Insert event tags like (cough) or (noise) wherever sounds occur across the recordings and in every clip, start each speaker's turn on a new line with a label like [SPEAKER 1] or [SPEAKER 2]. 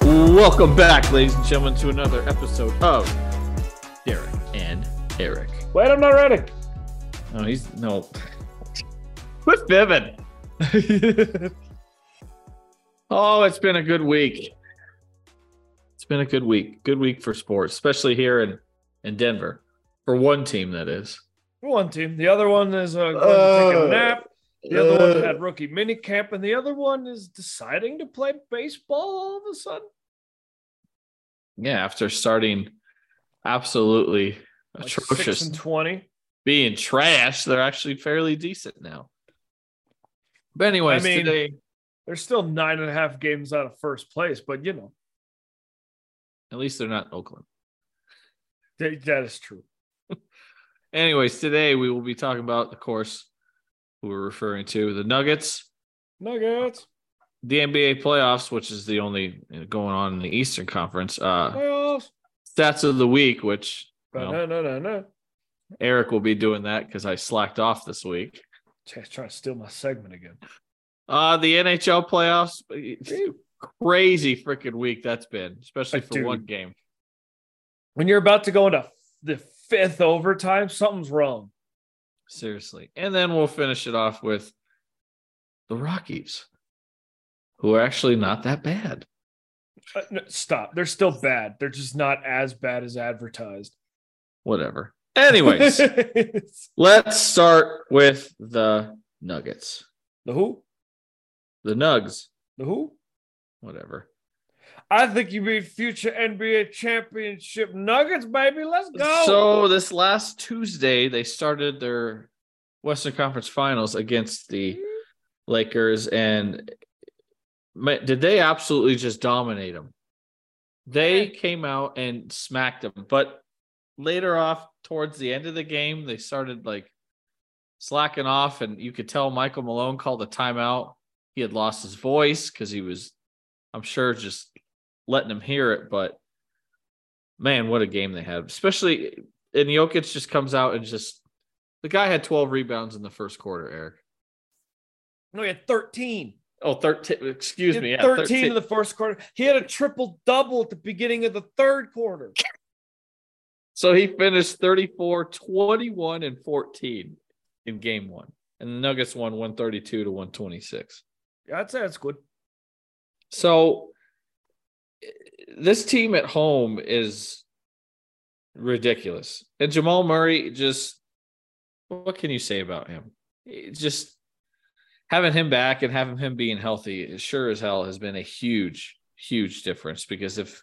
[SPEAKER 1] Welcome back, ladies and gentlemen, to another episode of Derek and Eric.
[SPEAKER 2] Wait, I'm not ready.
[SPEAKER 1] No, he's no. Quit
[SPEAKER 2] (laughs)
[SPEAKER 1] Vivin. oh, it's been a good week. It's been a good week. Good week for sports, especially here in in Denver, for one team that is.
[SPEAKER 2] One team. The other one is uh, going to take
[SPEAKER 1] Uh,
[SPEAKER 2] a nap. The other one
[SPEAKER 1] Uh,
[SPEAKER 2] had rookie mini camp, and the other one is deciding to play baseball all of a sudden.
[SPEAKER 1] yeah, after starting absolutely
[SPEAKER 2] Like
[SPEAKER 1] atrocious,
[SPEAKER 2] Six and twenty.
[SPEAKER 1] being trash, they're actually fairly decent now. But anyways,
[SPEAKER 2] I mean-
[SPEAKER 1] today
[SPEAKER 2] They're still nine and a half games out of first place, but you know
[SPEAKER 1] at least they're not in Oakland.
[SPEAKER 2] that- that is true.
[SPEAKER 1] Anyways, today we will be talking about, of course, who we're referring to the Nuggets,
[SPEAKER 2] Nuggets
[SPEAKER 1] the NBA playoffs, which is the only you know, going on in the Eastern Conference. Uh,
[SPEAKER 2] playoffs.
[SPEAKER 1] stats of the week, which
[SPEAKER 2] No,
[SPEAKER 1] Well.
[SPEAKER 2] no, no, no, no.
[SPEAKER 1] Eric will be doing that because I slacked off this week.
[SPEAKER 2] Just trying to steal my segment again.
[SPEAKER 1] Uh, the NHL playoffs, eh, crazy freaking week that's been, especially
[SPEAKER 2] Like,
[SPEAKER 1] for
[SPEAKER 2] dude.
[SPEAKER 1] one game.
[SPEAKER 2] When you're about to go into the fifth overtime, something's wrong.
[SPEAKER 1] Seriously. And then we'll finish it off with the Rockies, who are actually not that bad.
[SPEAKER 2] Uh, no, stop. They're still bad. They're just not as bad as advertised.
[SPEAKER 1] Whatever. Anyways,
[SPEAKER 2] (laughs) the
[SPEAKER 1] let's start with the Nuggets.
[SPEAKER 2] who?
[SPEAKER 1] The Nugs,
[SPEAKER 2] The who?
[SPEAKER 1] whatever.
[SPEAKER 2] I think you mean future NBA championship Nuggets, baby. Let's go.
[SPEAKER 1] So this last Tuesday, they started their Western Conference Finals against the Lakers, and ma- did they absolutely just dominate them? They came out and smacked them, but later off towards the end of the game, they started like slacking off, and you could tell Michael Malone called a timeout. He had lost his voice because he was, I'm sure, just letting him hear it. But man, what a game they had, especially and Jokic just comes out and just the guy had 12 rebounds in the first quarter, Eric.
[SPEAKER 2] no, he had 13.
[SPEAKER 1] Oh, 13. Excuse
[SPEAKER 2] He
[SPEAKER 1] me.
[SPEAKER 2] had
[SPEAKER 1] Yeah,
[SPEAKER 2] 13,
[SPEAKER 1] 13.
[SPEAKER 2] in the first quarter. He had a triple double at the beginning of the third quarter.
[SPEAKER 1] so he finished 34, 21, and 14 in game one. And the Nuggets won 132 to 126.
[SPEAKER 2] Yeah, I'd say that's good.
[SPEAKER 1] So eh, this team at home is ridiculous. And Jamal Murray just what can you say about him? Eh, Just having him back and having him being healthy it sure as hell has been a huge huge difference because if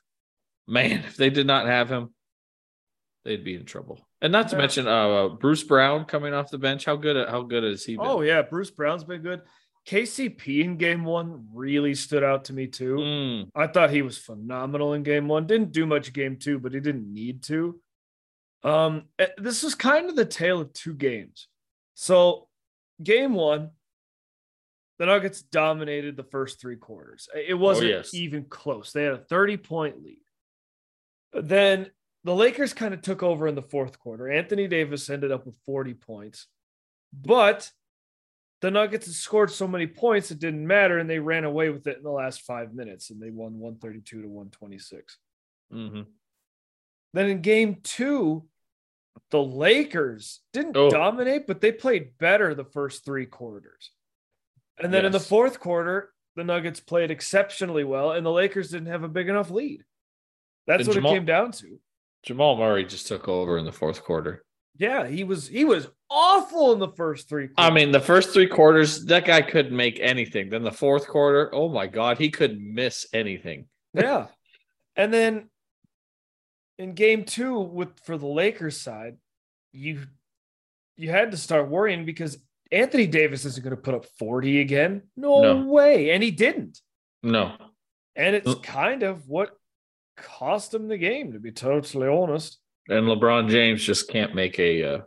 [SPEAKER 1] man, if they did not have him they'd be in trouble. And not to
[SPEAKER 2] Yeah.
[SPEAKER 1] mention uh Bruce Brown coming off the bench, how good how good has he been?
[SPEAKER 2] Oh, yeah. Bruce Brown's been good. KCP in game one really stood out to me, too.
[SPEAKER 1] Mm,
[SPEAKER 2] I thought he was phenomenal in game one. Didn't do much game two, but he didn't need to. Um, eh, this was kind of the tale of two games. So, game one, the Nuggets dominated the first three quarters. Eh, It wasn't
[SPEAKER 1] yes.
[SPEAKER 2] even close. They had a 30 point lead. Then the Lakers kind of took over in the fourth quarter. Anthony Davis ended up with 40 points, but the Nuggets had scored so many points it didn't matter, and they ran away with it in the last five minutes, and they won 132 to 126.
[SPEAKER 1] mhm.
[SPEAKER 2] Then in game two, the Lakers didn't
[SPEAKER 1] Oh.
[SPEAKER 2] dominate, but they played better the first three quarters. And then in the
[SPEAKER 1] Yes.
[SPEAKER 2] fourth quarter, the Nuggets played exceptionally well, and the Lakers didn't have a big enough lead. That's
[SPEAKER 1] And
[SPEAKER 2] what
[SPEAKER 1] Jamal-
[SPEAKER 2] it came down to.
[SPEAKER 1] Jamal Murray just took over in the fourth quarter.
[SPEAKER 2] Yeah, he was he was awful in the first three.
[SPEAKER 1] I
[SPEAKER 2] Quarters.
[SPEAKER 1] mean, the first three quarters, that guy couldn't make anything. Then the fourth quarter, oh my God, he couldn't miss anything.
[SPEAKER 2] yeah. And then in game two with for the Lakers side, you you had to start worrying because Anthony Davis isn't going to put up 40 again. No,
[SPEAKER 1] No.
[SPEAKER 2] way. And he didn't.
[SPEAKER 1] No.
[SPEAKER 2] And it's
[SPEAKER 1] Mm.
[SPEAKER 2] kind of what cost him the game, to be totally honest.
[SPEAKER 1] And LeBron James just can't make a uh,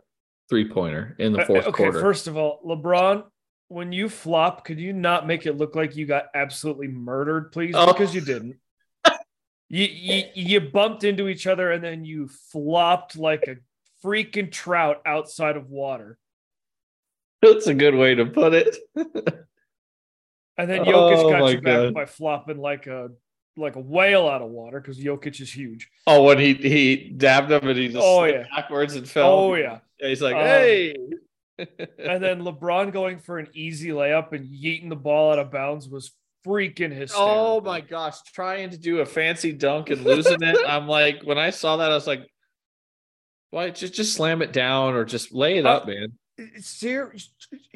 [SPEAKER 1] three pointer in the
[SPEAKER 2] Uh,
[SPEAKER 1] fourth
[SPEAKER 2] okay,
[SPEAKER 1] quarter.
[SPEAKER 2] first of all, LeBron, when you flop, could you not make it look like you got absolutely murdered, please?
[SPEAKER 1] Oh.
[SPEAKER 2] Because you
[SPEAKER 1] (laughs)
[SPEAKER 2] didn't. you, you you bumped into each other and then you flopped like a freaking trout outside of water.
[SPEAKER 1] That's a good way to put it.
[SPEAKER 2] And then Jokic
[SPEAKER 1] Oh,
[SPEAKER 2] got
[SPEAKER 1] my
[SPEAKER 2] you back
[SPEAKER 1] God.
[SPEAKER 2] by flopping like a like a whale out of water because Jokic is huge.
[SPEAKER 1] Oh, when he he dabbed him and he just
[SPEAKER 2] Oh,
[SPEAKER 1] slipped
[SPEAKER 2] yeah.
[SPEAKER 1] backwards and fell.
[SPEAKER 2] Oh yeah.
[SPEAKER 1] Yeah, he's like,
[SPEAKER 2] Um,
[SPEAKER 1] hey.
[SPEAKER 2] And then LeBron going for an easy layup and yeeting the ball out of bounds was freaking hysterical.
[SPEAKER 1] (laughs) oh my gosh, trying to do a fancy dunk and losing it. I'm like, when I saw that, I was like, why just just slam it down or just lay it
[SPEAKER 2] Uh,
[SPEAKER 1] up, man.
[SPEAKER 2] Ser-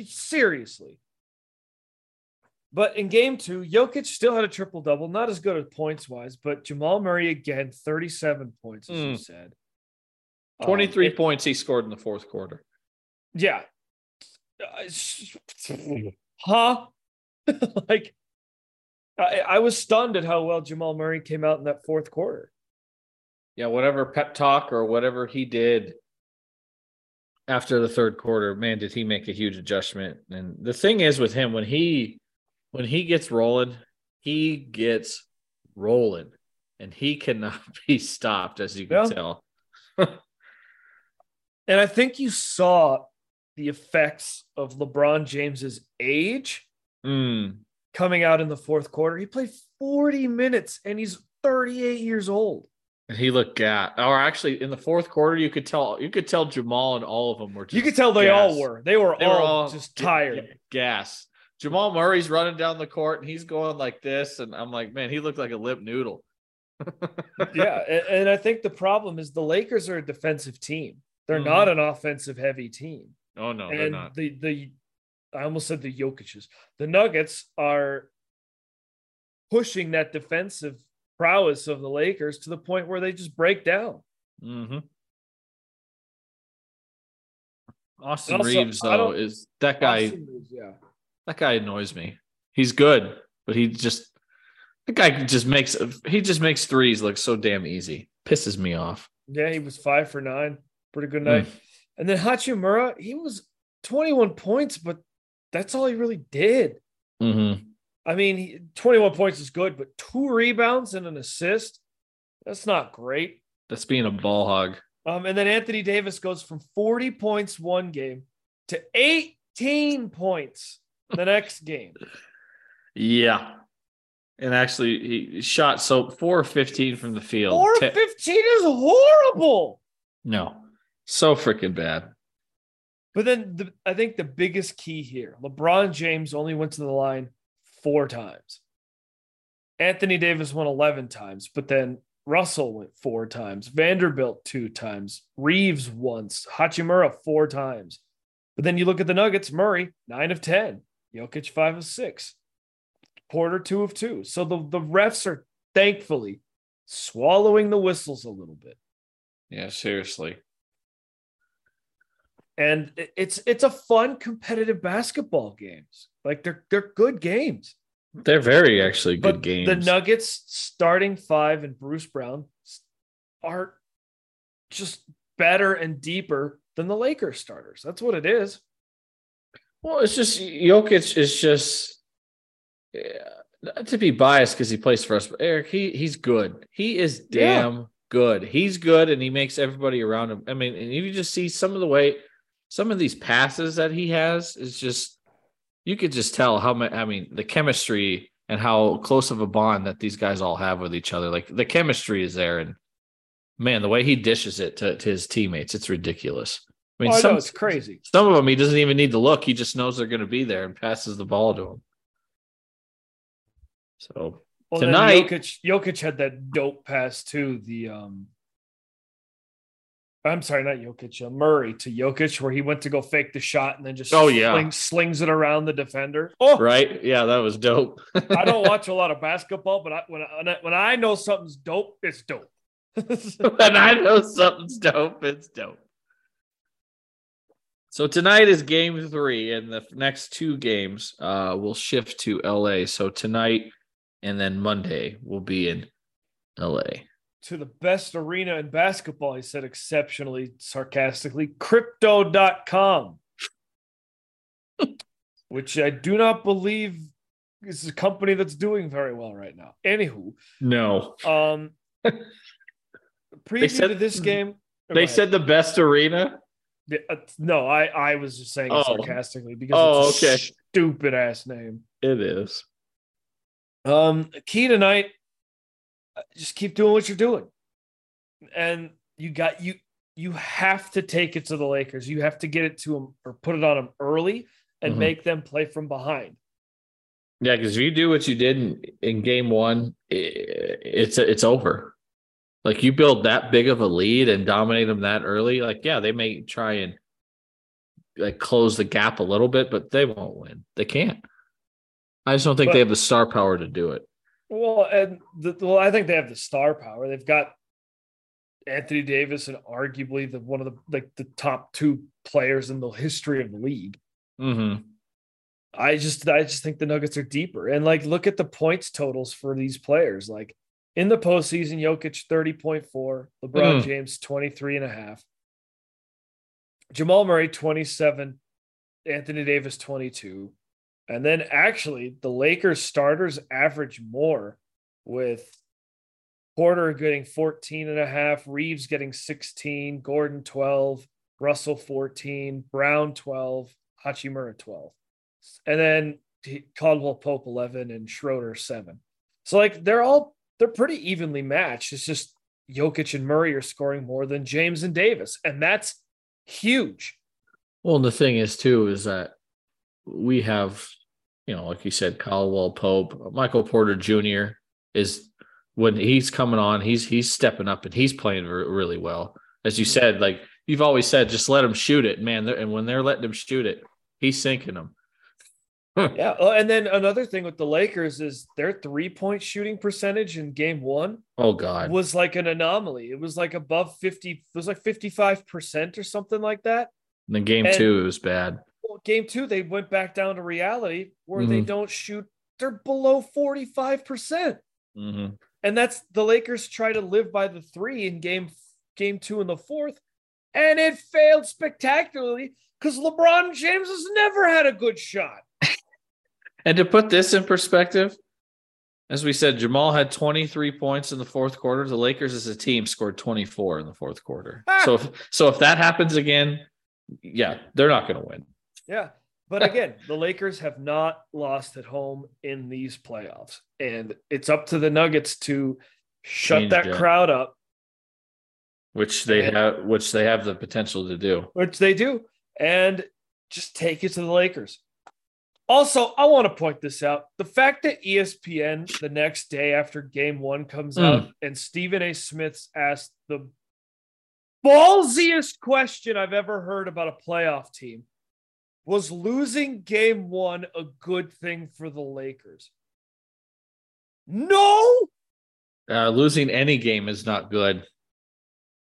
[SPEAKER 2] seriously. But in game two, Jokic still had a triple double, not as good at points wise, but Jamal Murray again, 37 points, as you
[SPEAKER 1] Mm.
[SPEAKER 2] said. Um,
[SPEAKER 1] 23
[SPEAKER 2] it-
[SPEAKER 1] points he scored in the fourth quarter.
[SPEAKER 2] yeah. (laughs) Uh, sh- huh? (laughs) like, I, I was stunned at how well Jamal Murray came out in that fourth quarter.
[SPEAKER 1] Yeah, whatever pep talk or whatever he did after the third quarter, man, did he make a huge adjustment. And the thing is with him, when he when he gets rolling, he gets rolling and he cannot (laughs) be stopped, as you can
[SPEAKER 2] Yeah.
[SPEAKER 1] tell.
[SPEAKER 2] And I think you saw the effects of LeBron James's age
[SPEAKER 1] Mm,
[SPEAKER 2] coming out in the fourth quarter. He played 40 minutes and he's 38 years old.
[SPEAKER 1] and he looked gat. Or actually in the fourth quarter, you could tell you could tell Jamal and all of them were just
[SPEAKER 2] You could tell they all
[SPEAKER 1] gas.
[SPEAKER 2] were. They were,
[SPEAKER 1] They
[SPEAKER 2] all,
[SPEAKER 1] were all
[SPEAKER 2] Oh, just
[SPEAKER 1] g-
[SPEAKER 2] tired.
[SPEAKER 1] (laughs) g- gas. Jamal Murray's running down the court and he's going like this. And I'm like, man, he looked like a lip noodle.
[SPEAKER 2] yeah. a- And, I think the problem is the Lakers are a defensive team. They're
[SPEAKER 1] Mhm.
[SPEAKER 2] not an offensive heavy team.
[SPEAKER 1] Oh no, they're
[SPEAKER 2] and
[SPEAKER 1] not.
[SPEAKER 2] the the I almost said the Jokic's. The Nuggets are pushing that defensive prowess of the Lakers to the point where they just break down.
[SPEAKER 1] hmm Austin
[SPEAKER 2] And also,
[SPEAKER 1] Reeves
[SPEAKER 2] I
[SPEAKER 1] though
[SPEAKER 2] don't-
[SPEAKER 1] is that guy.
[SPEAKER 2] yeah.
[SPEAKER 1] That guy annoys me. He's good, but he just that guy just makes he just makes threes look so damn easy. Pisses me off.
[SPEAKER 2] Yeah, he was five for nine. Pretty good
[SPEAKER 1] Mm.
[SPEAKER 2] night. And then Hachimura, he was 21 points, but that's all he really did.
[SPEAKER 1] Mhm.
[SPEAKER 2] I mean, he, 21 points is good, but two rebounds and an assist, that's not great.
[SPEAKER 1] That's being a ball hog.
[SPEAKER 2] Um, and then Anthony Davis goes from 40 points one game to 18 points the next game.
[SPEAKER 1] Yeah. And actually, he shot so four of fifteen from the field.
[SPEAKER 2] 415 is horrible.
[SPEAKER 1] No, so freaking bad.
[SPEAKER 2] But then the, I think the biggest key here LeBron James only went to the line four times. Anthony Davis went 11 times, but then Russell went four times, Vanderbilt two times, Reeves once, Hachimura four times. But then you look at the Nuggets Murray, nine of 10, Jokic, five of six, Porter, two of two. So the, the refs are thankfully swallowing the whistles a little bit.
[SPEAKER 1] Yeah, seriously.
[SPEAKER 2] and it- it's it's a fun competitive basketball games like they're they're good games
[SPEAKER 1] They're very actually good
[SPEAKER 2] but
[SPEAKER 1] games.
[SPEAKER 2] the nuggets starting five and bruce brown s- are just better and deeper than the lakers starters that's what it is
[SPEAKER 1] Well, it's just Jokic is just yeah, not to be biased because he plays for us, but Eric, he he's good. He is
[SPEAKER 2] Yeah.
[SPEAKER 1] damn good. He's good, and he makes everybody around him. I mean, and if you just see some of the way, some of these passes that he has is just you could just tell how much. I mean, the chemistry and how close of a bond that these guys all have with each other. Like the chemistry is there, and man, the way he dishes it to, to his teammates, it's ridiculous. I mean,
[SPEAKER 2] oh,
[SPEAKER 1] some-
[SPEAKER 2] no, it's crazy
[SPEAKER 1] some of them he doesn't even need to look. He just knows they're going to be there and passes the ball to him. So
[SPEAKER 2] well, then
[SPEAKER 1] Tonight-
[SPEAKER 2] Jokic, Jokic had that dope pass to the um I'm sorry, not Jokic, uh, Murray to Jokic, where he went to go fake the shot and then just
[SPEAKER 1] Oh, yeah.
[SPEAKER 2] sling- slings it around the defender. Oh,
[SPEAKER 1] right, yeah, that was dope. (laughs)
[SPEAKER 2] I don't watch a lot of basketball, but I, when I, when I- when I know something's dope, it's dope. (laughs)
[SPEAKER 1] when I know something's dope, it's dope. So tonight is game three, and the next two games uh, will shift to LA. So tonight and then Monday will be in LA.
[SPEAKER 2] to the best arena in basketball, he said exceptionally sarcastically, crypto.com, (laughs) which I do not believe is a company that's doing very well right now. Anywho,
[SPEAKER 1] No, (laughs)
[SPEAKER 2] um, preview
[SPEAKER 1] said-
[SPEAKER 2] to this game. oh, go
[SPEAKER 1] they
[SPEAKER 2] ahead.
[SPEAKER 1] said the best arena.
[SPEAKER 2] Yeah, uh, no, I, I was just saying it
[SPEAKER 1] Oh.
[SPEAKER 2] sarcastically because
[SPEAKER 1] Oh,
[SPEAKER 2] it's a
[SPEAKER 1] okay.
[SPEAKER 2] stupid ass name.
[SPEAKER 1] It is.
[SPEAKER 2] Um, key tonight just keep doing what you're doing. And you got you you have to take it to the Lakers. You have to get it to them or put it on them early and
[SPEAKER 1] Mhm.
[SPEAKER 2] make them play from behind.
[SPEAKER 1] Yeah, because if you do what you did in, in game one, i it's it's over. Like you build that big of a lead and dominate them that early, like yeah, they may try and like close the gap a little bit, but they won't win. They can't. I just don't think
[SPEAKER 2] But-
[SPEAKER 1] they have the star power to do it.
[SPEAKER 2] Well, and the, well, I think they have the star power. They've got Anthony Davis and arguably the one of the like the top two players in the history of the league.
[SPEAKER 1] Mm-hmm.
[SPEAKER 2] I just I just think the Nuggets are deeper. And like look at the points totals for these players. Like in the postseason, Jokic 30.4, LeBron
[SPEAKER 1] Mm.
[SPEAKER 2] James 23 and a half, Jamal Murray 27, Anthony Davis 22. And then actually the Lakers starters average more with Porter getting 14 and a half, Reeves getting 16, Gordon 12, Russell 14, Brown 12, Hachimura 12. And then he- Caldwell Pope 11 and Schroeder 7. So like they're all they're pretty evenly matched. It's just Jokic and Murray are scoring more than James and Davis, and that's huge.
[SPEAKER 1] Well, and the thing is too is that we have, you know, like you said, Caldwell Pope, Michael Porter Jr. is when he's coming on, he's he's stepping up and he's playing re- really well. As you said, like you've always said, just let him shoot it, man. They're- And when they're letting him shoot it, he's sinking them.
[SPEAKER 2] Yeah. Oh, and then another thing with the Lakers is their three point shooting percentage in game one
[SPEAKER 1] Oh God,
[SPEAKER 2] was like an anomaly. It was like above 50, it was like 55% or something like that.
[SPEAKER 1] and then game
[SPEAKER 2] and-
[SPEAKER 1] two it was bad.
[SPEAKER 2] Well, game two, they went back down to reality where they
[SPEAKER 1] Mhm.
[SPEAKER 2] don't shoot, they're below 45%.
[SPEAKER 1] Mhm.
[SPEAKER 2] And that's the Lakers try to live by the three in game game two in the fourth, and it failed spectacularly because LeBron James has never had a good shot.
[SPEAKER 1] And to put this in perspective, as we said, Jamal had 23 points in the fourth quarter. The Lakers as a team scored 24 in the fourth quarter. so if so if that happens again, yeah, they're not going to win.
[SPEAKER 2] Yeah. But again, the Lakers have not lost at home in these playoffs. And it's up to the Nuggets to shut
[SPEAKER 1] Change
[SPEAKER 2] that
[SPEAKER 1] that.
[SPEAKER 2] crowd up,
[SPEAKER 1] Which they
[SPEAKER 2] Yeah.
[SPEAKER 1] have which they have the potential to do.
[SPEAKER 2] which they do, and just take it to the Lakers. Also, I want to point this out. The fact that E ESPN the next day after game one comes
[SPEAKER 1] Mm.
[SPEAKER 2] out and Stephen A. Smith's asked the ballsiest question I've ever heard about a playoff team was losing game one a good thing for the Lakers? No.
[SPEAKER 1] Uh, losing any game is not good.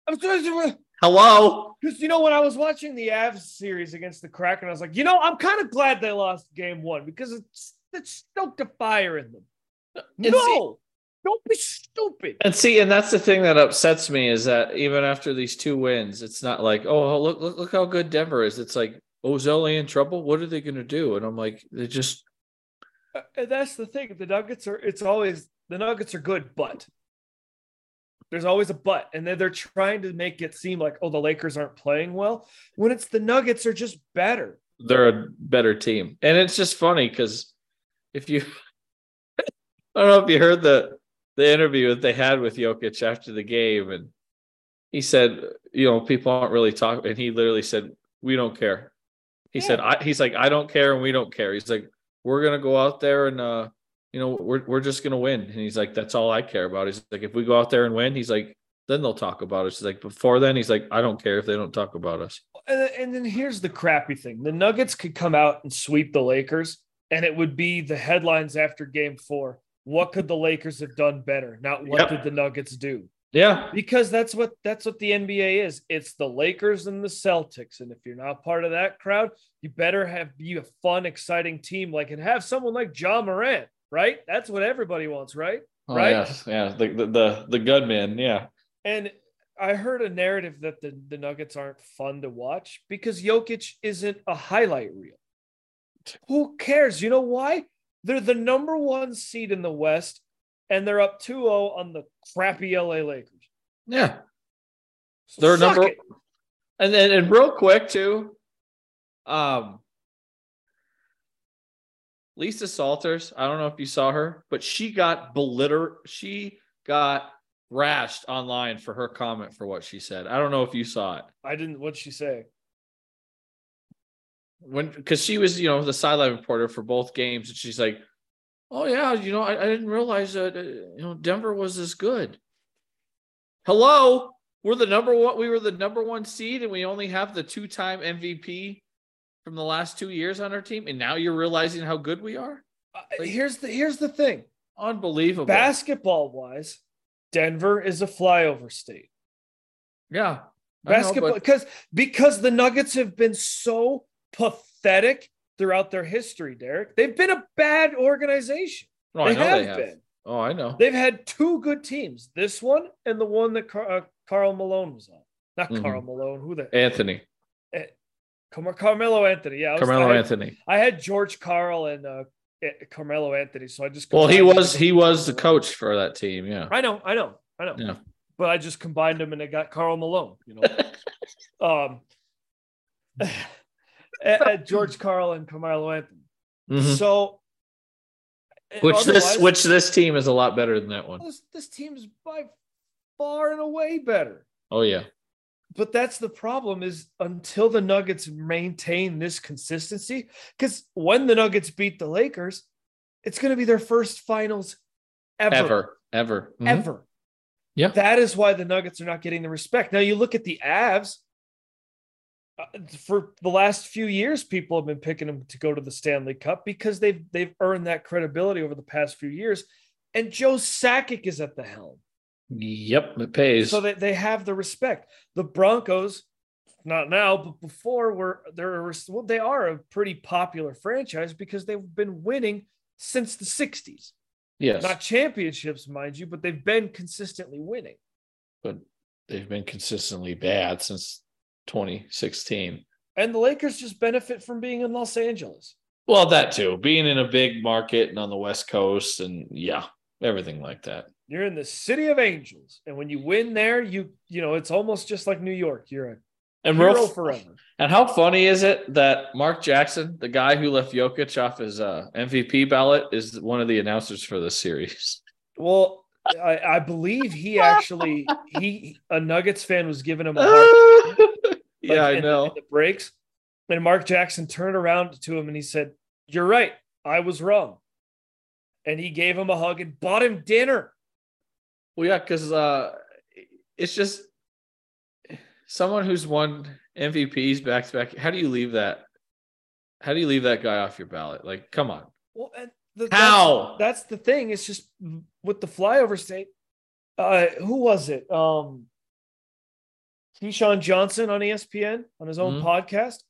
[SPEAKER 2] I'm sorry.
[SPEAKER 1] Hello.
[SPEAKER 2] Because you know, when I was watching the Avs series against the Kraken, I was like, you know, I'm kind of glad they lost game one because it's it stoked a fire in them.
[SPEAKER 1] It's-
[SPEAKER 2] no, don't be stupid.
[SPEAKER 1] And see, and that's the thing that upsets me is that even after these two wins, it's not like, oh, look, look, look how good Denver is. It's like, oh, is LA in trouble? What are they going to do? And I'm like, they just
[SPEAKER 2] Uh, And that's the thing. The Nuggets are it's always the Nuggets are good, but there's always a but. And then they're trying to make it seem like, oh, the Lakers aren't playing well. When it's the Nuggets are just better.
[SPEAKER 1] they're a better team. And it's just funny because if you, (laughs) I don't know if you heard the the interview that they had with Jokic after the game, and he said, you know, people aren't really talking, and he literally said, we don't care. He said, I, he's like, I don't care, and we don't care. He's like, we're gonna go out there and, uh, you know, we're we're just gonna win. And he's like, that's all I care about. He's like, if we go out there and win, he's like, then they'll talk about us. He's like, before then, he's like, I don't care if they don't talk about us.
[SPEAKER 2] and, and then here's the crappy thing the nuggets could come out and sweep the lakers and it would be the headlines after game four what could the lakers have done better not what
[SPEAKER 1] Yep.
[SPEAKER 2] did the nuggets do
[SPEAKER 1] Yeah,
[SPEAKER 2] because that's what that's what the nba is it's the lakers and the celtics and if you're not part of that crowd you better have be a fun exciting team like and have someone like john morant right that's what everybody wants right
[SPEAKER 1] Oh,
[SPEAKER 2] right?
[SPEAKER 1] Yes, yeah, the the the, the gunman. Yeah,
[SPEAKER 2] And I heard a narrative that the, the Nuggets aren't fun to watch because Jokic isn't a highlight reel. Who cares? You know why? They're the number one seed in the West and they're up 2 0 on the crappy LA Lakers.
[SPEAKER 1] yeah.
[SPEAKER 2] So
[SPEAKER 1] They're
[SPEAKER 2] suck
[SPEAKER 1] number,
[SPEAKER 2] it.
[SPEAKER 1] and then and real quick too, um, Lisa Salters. I don't know if you saw her, but she got beliter. She got rashed online for her comment for what she said. I don't know if you saw it.
[SPEAKER 2] I didn't. What'd she say?
[SPEAKER 1] when because she was you know the sideline reporter for both games and she's like oh yeah you know i, I didn't realize that uh, you know denver was this good hello we're the number one we were the number one seed and we only have the two-time mvp from the last two years on our team and now you're realizing how good we are
[SPEAKER 2] Uh,
[SPEAKER 1] Like-
[SPEAKER 2] here's the here's the thing.
[SPEAKER 1] unbelievable
[SPEAKER 2] Basketball wise, Denver is a flyover state.
[SPEAKER 1] yeah I know,
[SPEAKER 2] Basketball
[SPEAKER 1] but
[SPEAKER 2] because because the Nuggets have been so pathetic throughout their history, Derek. They've been a bad organization.
[SPEAKER 1] no, Oh,
[SPEAKER 2] they,
[SPEAKER 1] i know
[SPEAKER 2] have
[SPEAKER 1] they have
[SPEAKER 2] been.
[SPEAKER 1] oh i know
[SPEAKER 2] They've had two good teams, this one and the one that Car- uh, Carl Malone was on. Not
[SPEAKER 1] Mhm.
[SPEAKER 2] Carl Malone. Who the
[SPEAKER 1] anthony
[SPEAKER 2] Car- Carmelo Anthony? Yeah, I was-
[SPEAKER 1] carmelo
[SPEAKER 2] I had,
[SPEAKER 1] anthony
[SPEAKER 2] I had George Carl and uh, eh, Carmelo Anthony, so I just
[SPEAKER 1] well he
[SPEAKER 2] combined
[SPEAKER 1] was
[SPEAKER 2] them.
[SPEAKER 1] he was the coach for that team yeah
[SPEAKER 2] I know, I know, I know.
[SPEAKER 1] Yeah.
[SPEAKER 2] But I just combined them and I got Carl Malone. You
[SPEAKER 1] (laughs)
[SPEAKER 2] know, um, eh, eh, George Carl and Carmelo Anthony.
[SPEAKER 1] Mhm.
[SPEAKER 2] So, eh,
[SPEAKER 1] which this
[SPEAKER 2] otherwise-
[SPEAKER 1] which this team is a lot better than that one.
[SPEAKER 2] this this team's by far and away better.
[SPEAKER 1] Oh yeah.
[SPEAKER 2] but that's the problem is until the nuggets maintain this consistency because when the nuggets beat the lakers it's going to be their first finals ever ever,
[SPEAKER 1] Ever. Ever. Mhm. Yeah.
[SPEAKER 2] that is why the nuggets are not getting the respect now you look at the avs uh, for the last few years people have been picking them to go to the stanley cup because they've they've earned that credibility over the past few years and joe sakic is at the helm
[SPEAKER 1] Yep. It pays.
[SPEAKER 2] so that they have the respect. The Broncos, not now, but before were they're a res- well, they are a pretty popular franchise because they've been winning since the '60s.
[SPEAKER 1] yes.
[SPEAKER 2] Not championships, mind you, but they've been consistently winning.
[SPEAKER 1] but they've been consistently bad since 2016.
[SPEAKER 2] And the Lakers just benefit from being in Los Angeles.
[SPEAKER 1] Well, that too. Being in a big market and on the West Coast and yeah, everything like that.
[SPEAKER 2] You're in the city of angels, and when you win there, you you know it's almost just like New York. You're a
[SPEAKER 1] And
[SPEAKER 2] hero
[SPEAKER 1] real
[SPEAKER 2] forever.
[SPEAKER 1] And how funny is it that Mark Jackson, the guy who left Jokic off his uh, MVP ballot, is one of the announcers for this series?
[SPEAKER 2] Well, I, I believe he actually he a Nuggets fan was giving him a hard (laughs) like,
[SPEAKER 1] (laughs) yeah, I
[SPEAKER 2] in the-
[SPEAKER 1] know.
[SPEAKER 2] in The, breaks. And Mark Jackson turned around to him and he said, You're right. I was wrong. And he gave him a hug and bought him dinner.
[SPEAKER 1] Well, yeah, because uh, it's just someone who's won MVPs back to back. How do you leave that? How do you leave that guy off your ballot? Like, come on.
[SPEAKER 2] Well, and the,
[SPEAKER 1] How?
[SPEAKER 2] That's, that's the thing. It's just with the flyover state. Uh, who was it? Um, Keyshawn Johnson on E ESPN on his own
[SPEAKER 1] Mhm.
[SPEAKER 2] podcast.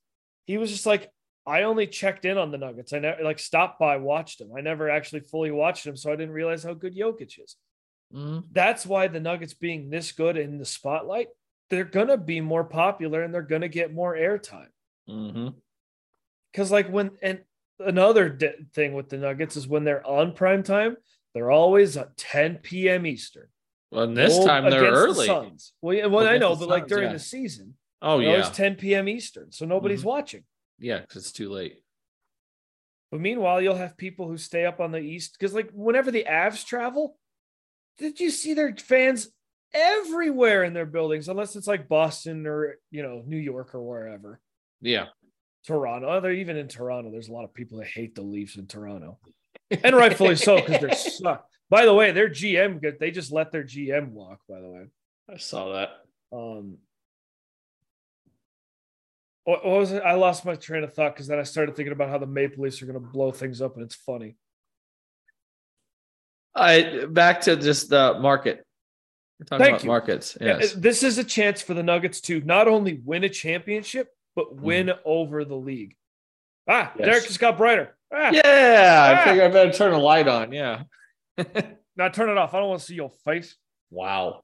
[SPEAKER 2] He was just like, I only checked in on the Nuggets. I never like stopped by, watched him. I never actually fully watched him, so I didn't realize how good Jokic is.
[SPEAKER 1] Mhm.
[SPEAKER 2] that's why the Nuggets being this good in the spotlight, they're gonna be more popular and they're gonna get more airtime.
[SPEAKER 1] Mhm.
[SPEAKER 2] Because like when and another d- thing with the Nuggets is when they're on prime time, they're always at 10 p.m. Eastern.
[SPEAKER 1] Well, and this
[SPEAKER 2] Well,
[SPEAKER 1] time they're
[SPEAKER 2] against the
[SPEAKER 1] early.
[SPEAKER 2] Suns. well, yeah, well, I
[SPEAKER 1] Against
[SPEAKER 2] know,
[SPEAKER 1] the
[SPEAKER 2] but like
[SPEAKER 1] Suns,
[SPEAKER 2] during
[SPEAKER 1] yeah.
[SPEAKER 2] the season,
[SPEAKER 1] oh
[SPEAKER 2] they're always
[SPEAKER 1] yeah,
[SPEAKER 2] 10 p.m. Eastern, so nobody's
[SPEAKER 1] Mhm.
[SPEAKER 2] watching.
[SPEAKER 1] yeah, because it's too late.
[SPEAKER 2] But meanwhile, you'll have people who stay up on the East because like whenever the Avs travel, did you see their fans everywhere in their buildings, unless it's like Boston or you know New York or wherever.
[SPEAKER 1] Yeah,
[SPEAKER 2] Toronto. Oh, they're even in Toronto. There's a lot of people that hate the Leafs in Toronto, (laughs) and rightfully so because
[SPEAKER 1] (laughs)
[SPEAKER 2] they're suck. By the way, their GM got- they just let their GM walk. By the way,
[SPEAKER 1] I saw that.
[SPEAKER 2] um, what, what was it? I lost my train of thought because then I started thinking about how the Maple Leafs are going to blow things up, and it's funny.
[SPEAKER 1] I back to just the market. We're talking
[SPEAKER 2] Thank
[SPEAKER 1] about
[SPEAKER 2] you.
[SPEAKER 1] markets. Yes.
[SPEAKER 2] This is a chance for the Nuggets to not only win a championship, but win over the league. Ah,
[SPEAKER 1] Mm-hmm. Yes.
[SPEAKER 2] Derek just got brighter. Ah,
[SPEAKER 1] yeah,
[SPEAKER 2] Ah.
[SPEAKER 1] I figure I better turn a light on. Yeah.
[SPEAKER 2] Now turn it off. I don't want to see your face. (laughs)
[SPEAKER 1] Wow.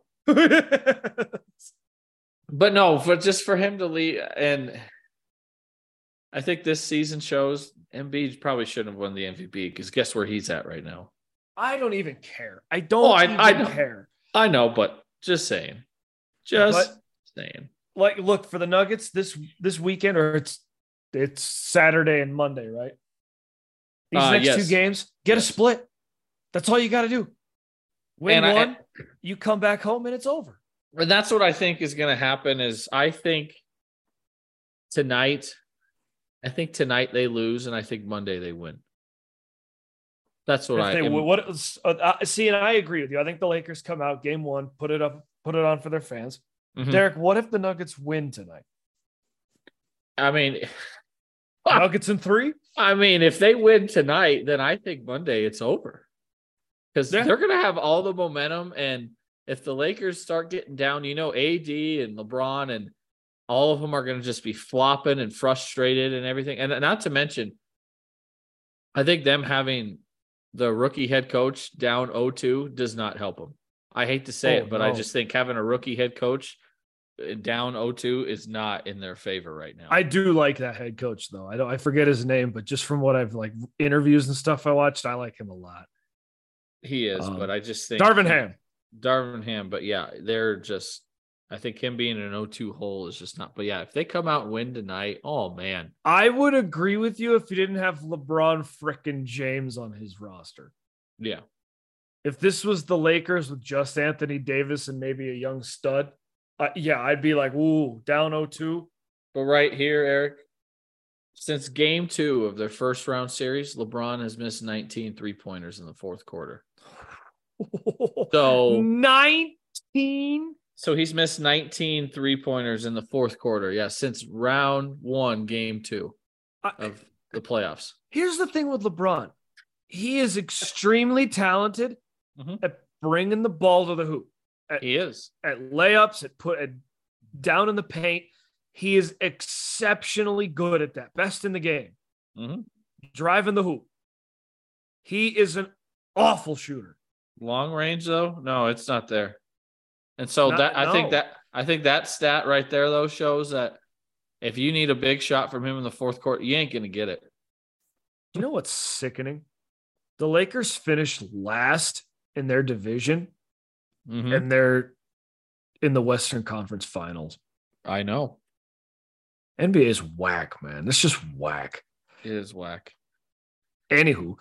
[SPEAKER 1] but no, for just for him to leave, and I think this season shows Embiid probably shouldn't have won the MVP because guess where he's at right now.
[SPEAKER 2] I don't even care. I don't
[SPEAKER 1] Oh, I-
[SPEAKER 2] even
[SPEAKER 1] I know.
[SPEAKER 2] care.
[SPEAKER 1] I know, but just saying, just saying.
[SPEAKER 2] Like, look for the Nuggets this this weekend, or it's it's Saturday and Monday, right? These
[SPEAKER 1] Uh,
[SPEAKER 2] next
[SPEAKER 1] yes.
[SPEAKER 2] two games, get
[SPEAKER 1] Yes.
[SPEAKER 2] a split. That's all you got to do. Win
[SPEAKER 1] And I-
[SPEAKER 2] one, you come back home and it's over.
[SPEAKER 1] and that's what I think is going to happen. Is I think tonight, I think tonight they lose, and I think Monday they win. That's what I
[SPEAKER 2] If they
[SPEAKER 1] am-
[SPEAKER 2] would- what uh, uh, see, and I agree with you. I think the Lakers come out game one, put it up, put it on for their fans.
[SPEAKER 1] Mhm.
[SPEAKER 2] Derek, what if the Nuggets win tonight?
[SPEAKER 1] I mean, Ah.
[SPEAKER 2] Nuggets in three.
[SPEAKER 1] I mean, if they win tonight, then I think Monday it's over because
[SPEAKER 2] Yeah.
[SPEAKER 1] they're going to have all the momentum. And if the Lakers start getting down, you know, AD and LeBron and all of them are going to just be flopping and frustrated and everything. And not to mention, I think them having the rookie head coach down 0-2 does not help them. I hate to say
[SPEAKER 2] Oh,
[SPEAKER 1] it, but I
[SPEAKER 2] no.
[SPEAKER 1] just think having a rookie head coach uh, down 0-2 is not in their favor right now.
[SPEAKER 2] I do like that head coach though. I don't. I forget his name, but just from what I've like interviews and stuff I watched, I like him a lot.
[SPEAKER 1] he is,
[SPEAKER 2] Um,
[SPEAKER 1] but I just think
[SPEAKER 2] Darvin Ham.
[SPEAKER 1] Darvin Ham, but yeah, they're just I think him being in an 0-2 hole is just not but yeah, if they come out and win tonight, oh man.
[SPEAKER 2] I would agree with you if you didn't have LeBron frickin' James on his roster.
[SPEAKER 1] Yeah.
[SPEAKER 2] If this was the Lakers with just Anthony Davis and maybe a young stud, uh, yeah, I'd be like, ooh, down (laughs) 0-2.
[SPEAKER 1] But right here, Eric, since game two of their first round series, LeBron has missed 19 three pointers in the fourth quarter. So
[SPEAKER 2] 19
[SPEAKER 1] so he's missed 19 three pointers in the fourth quarter. Yeah, since round one, game two
[SPEAKER 2] I-
[SPEAKER 1] of the playoffs.
[SPEAKER 2] here's the thing with lebron he is extremely talented
[SPEAKER 1] Mhm.
[SPEAKER 2] at bringing the ball to the hoop
[SPEAKER 1] He is.
[SPEAKER 2] at layups at put at down in the paint he is exceptionally good at that best in the game
[SPEAKER 1] Mhm.
[SPEAKER 2] driving the hoop he is an awful shooter
[SPEAKER 1] Long range though? No, it's not there. And so
[SPEAKER 2] Not-
[SPEAKER 1] that I
[SPEAKER 2] no.
[SPEAKER 1] think that I think that stat right there though shows that if you need a big shot from him in the fourth quarter, you ain't gonna get it.
[SPEAKER 2] you know what's sickening the lakers finished last in their division
[SPEAKER 1] Mhm.
[SPEAKER 2] and they're in the western conference finals
[SPEAKER 1] I know
[SPEAKER 2] NBA is whack, man. That's just whack.
[SPEAKER 1] it is whack.
[SPEAKER 2] Anywho,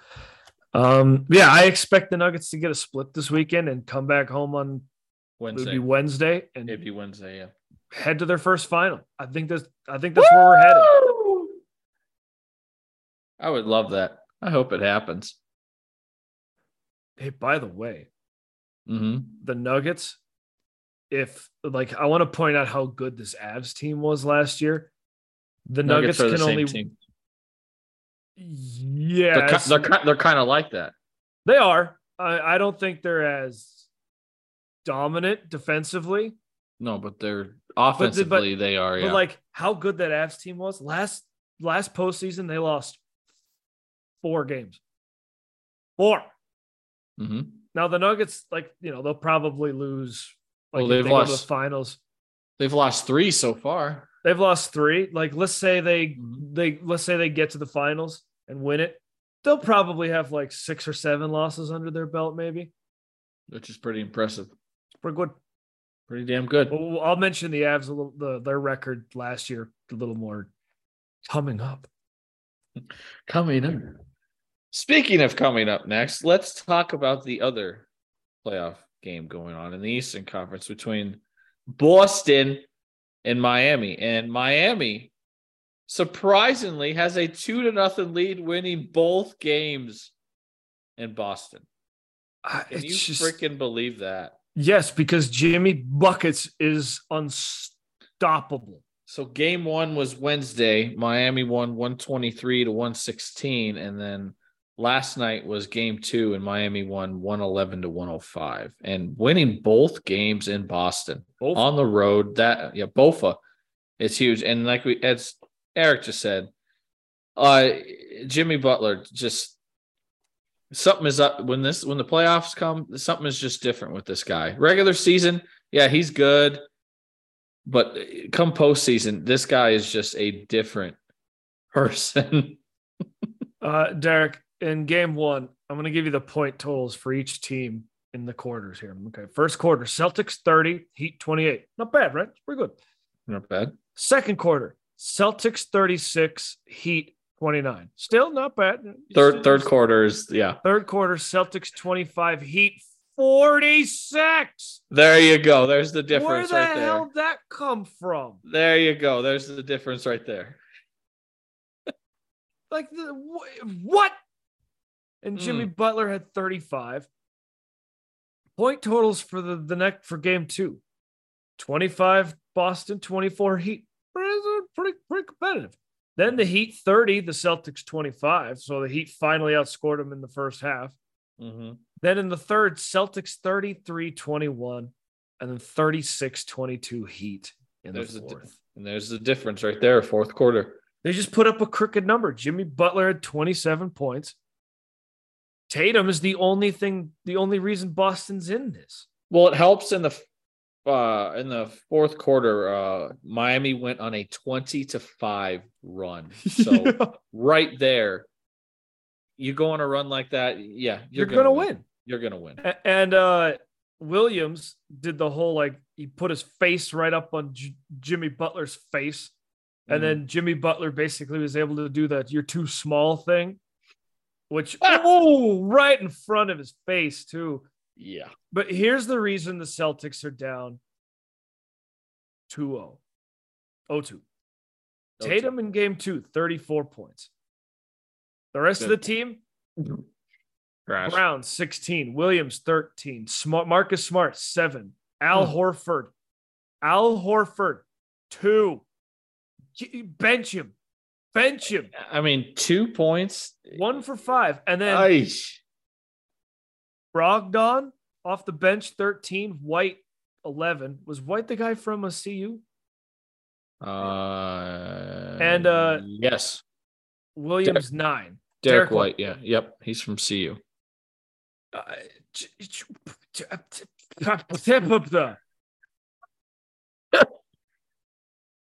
[SPEAKER 2] um, yeah, I expect the Nuggets to get a split this weekend and come back home on it would
[SPEAKER 1] Wednesday,
[SPEAKER 2] be Wednesday and
[SPEAKER 1] it'd be Wednesday, yeah.
[SPEAKER 2] head to their first final. I think that's I think that's where we're headed.
[SPEAKER 1] I would love that. I hope it happens.
[SPEAKER 2] Hey, by the way,
[SPEAKER 1] hmm
[SPEAKER 2] the Nuggets. If like I want to point out how good this Avs team was last year, the Nuggets,
[SPEAKER 1] are the
[SPEAKER 2] can
[SPEAKER 1] same
[SPEAKER 2] only
[SPEAKER 1] team. They're,
[SPEAKER 2] yeah
[SPEAKER 1] ki- they're, ki- they're kind of like that.
[SPEAKER 2] They are. I, I don't think they're as dominant defensively,
[SPEAKER 1] No, but they're offensively they are. Yeah,
[SPEAKER 2] but like how good that Avs team was last last postseason. They lost four games. Four.
[SPEAKER 1] hmm
[SPEAKER 2] Now the Nuggets, like you know, they'll probably lose. Like
[SPEAKER 1] Well,
[SPEAKER 2] if
[SPEAKER 1] they've
[SPEAKER 2] they go to
[SPEAKER 1] lost-
[SPEAKER 2] the finals.
[SPEAKER 1] they've lost three so far.
[SPEAKER 2] They've lost three. Like let's say they
[SPEAKER 1] Mhm.
[SPEAKER 2] they let's say they get to the finals and win it. They'll probably have like six or seven losses under their belt, maybe.
[SPEAKER 1] which is pretty impressive.
[SPEAKER 2] It's pretty good.
[SPEAKER 1] Pretty damn good.
[SPEAKER 2] Well, I'll mention the Avs a little, the, their record last year a little more coming up.
[SPEAKER 1] Coming up. Speaking of coming up next, let's talk about the other playoff game going on in the Eastern Conference between Boston and Miami. And Miami surprisingly has a two to nothing lead, winning both games in Boston.
[SPEAKER 2] I-
[SPEAKER 1] Can
[SPEAKER 2] it's
[SPEAKER 1] you
[SPEAKER 2] just-
[SPEAKER 1] freaking believe that?
[SPEAKER 2] yes, because Jimmy Buckets is unstoppable.
[SPEAKER 1] So game one was Wednesday. Miami won 123 to 116. And then last night was game two, and Miami won 111 to 105. And winning both games in Boston
[SPEAKER 2] Both
[SPEAKER 1] on the road. That yeah, Bofa is huge. And like we as Eric just said, uh Jimmy Butler just something is up when this when the playoffs come, something is just different with this guy. Regular season, yeah, he's good. But come postseason, this guy is just a different (laughs) person.
[SPEAKER 2] Uh, Derek, in game one, I'm going to give you the point totals for each team in the quarters here. Okay. First quarter, Celtics 30, Heat 28. Not bad, right? It's pretty good.
[SPEAKER 1] Not bad.
[SPEAKER 2] Second quarter, Celtics 36, Heat 29. Still not bad.
[SPEAKER 1] Third third quarter is yeah.
[SPEAKER 2] Third quarter, Celtics 25, Heat 46.
[SPEAKER 1] There you go. There's the
[SPEAKER 2] Where
[SPEAKER 1] difference
[SPEAKER 2] the
[SPEAKER 1] right
[SPEAKER 2] hell did that come from?
[SPEAKER 1] there. There you go. There's the difference right there.
[SPEAKER 2] Like the, wh- what? And
[SPEAKER 1] Hmm.
[SPEAKER 2] Jimmy Butler had 35. Point totals for the, the next for game two. 25 Boston, 24 Heat. Pretty, pretty, pretty competitive. Then the Heat 30, the Celtics 25. So the Heat finally outscored them in the first half.
[SPEAKER 1] Mhm.
[SPEAKER 2] Then in the third, Celtics 33 21 and then 36 22 Heat in
[SPEAKER 1] There's
[SPEAKER 2] the
[SPEAKER 1] the di-
[SPEAKER 2] fourth.
[SPEAKER 1] And there's the difference right there. Fourth quarter.
[SPEAKER 2] They just put up a crooked number. Jimmy Butler had 27 points. Tatum is the only thing, the only reason Boston's in this.
[SPEAKER 1] Well, it helps in the uh in the fourth quarter. Uh Miami went on a 20 to 5 run. (laughs) So
[SPEAKER 2] (laughs)
[SPEAKER 1] right there, you go on a run like that. Yeah,
[SPEAKER 2] you're, going to win.
[SPEAKER 1] You're gonna win.
[SPEAKER 2] A- And uh, Williams did the whole like, he put his face right up on J- Jimmy Butler's face. And then Jimmy Butler basically was able to do that you're too small thing, which oh, right in front of his face too.
[SPEAKER 1] Mm-hmm. yeah.
[SPEAKER 2] But here's the reason the Celtics are down 2-0. 0-2. Tatum in game 2, 34 points. The rest of the
[SPEAKER 1] Good.
[SPEAKER 2] team,
[SPEAKER 1] Crash.
[SPEAKER 2] Brown 16, Williams 13, Smart Marcus Smart 7, Al
[SPEAKER 1] Hmm.
[SPEAKER 2] Horford. Al Horford 2. J- Bench him. Bench him.
[SPEAKER 1] I mean, two points.
[SPEAKER 2] one for five. And then
[SPEAKER 1] Aish.
[SPEAKER 2] Brogdon off the bench, 13, White, 11. Was White the guy from a CU?
[SPEAKER 1] Uh,
[SPEAKER 2] And, uh,
[SPEAKER 1] yes,
[SPEAKER 2] Williams, nine.
[SPEAKER 1] Derek,
[SPEAKER 2] Derek
[SPEAKER 1] White. Yeah, yep, he's from CU.
[SPEAKER 2] Uh, ch- ch- ch-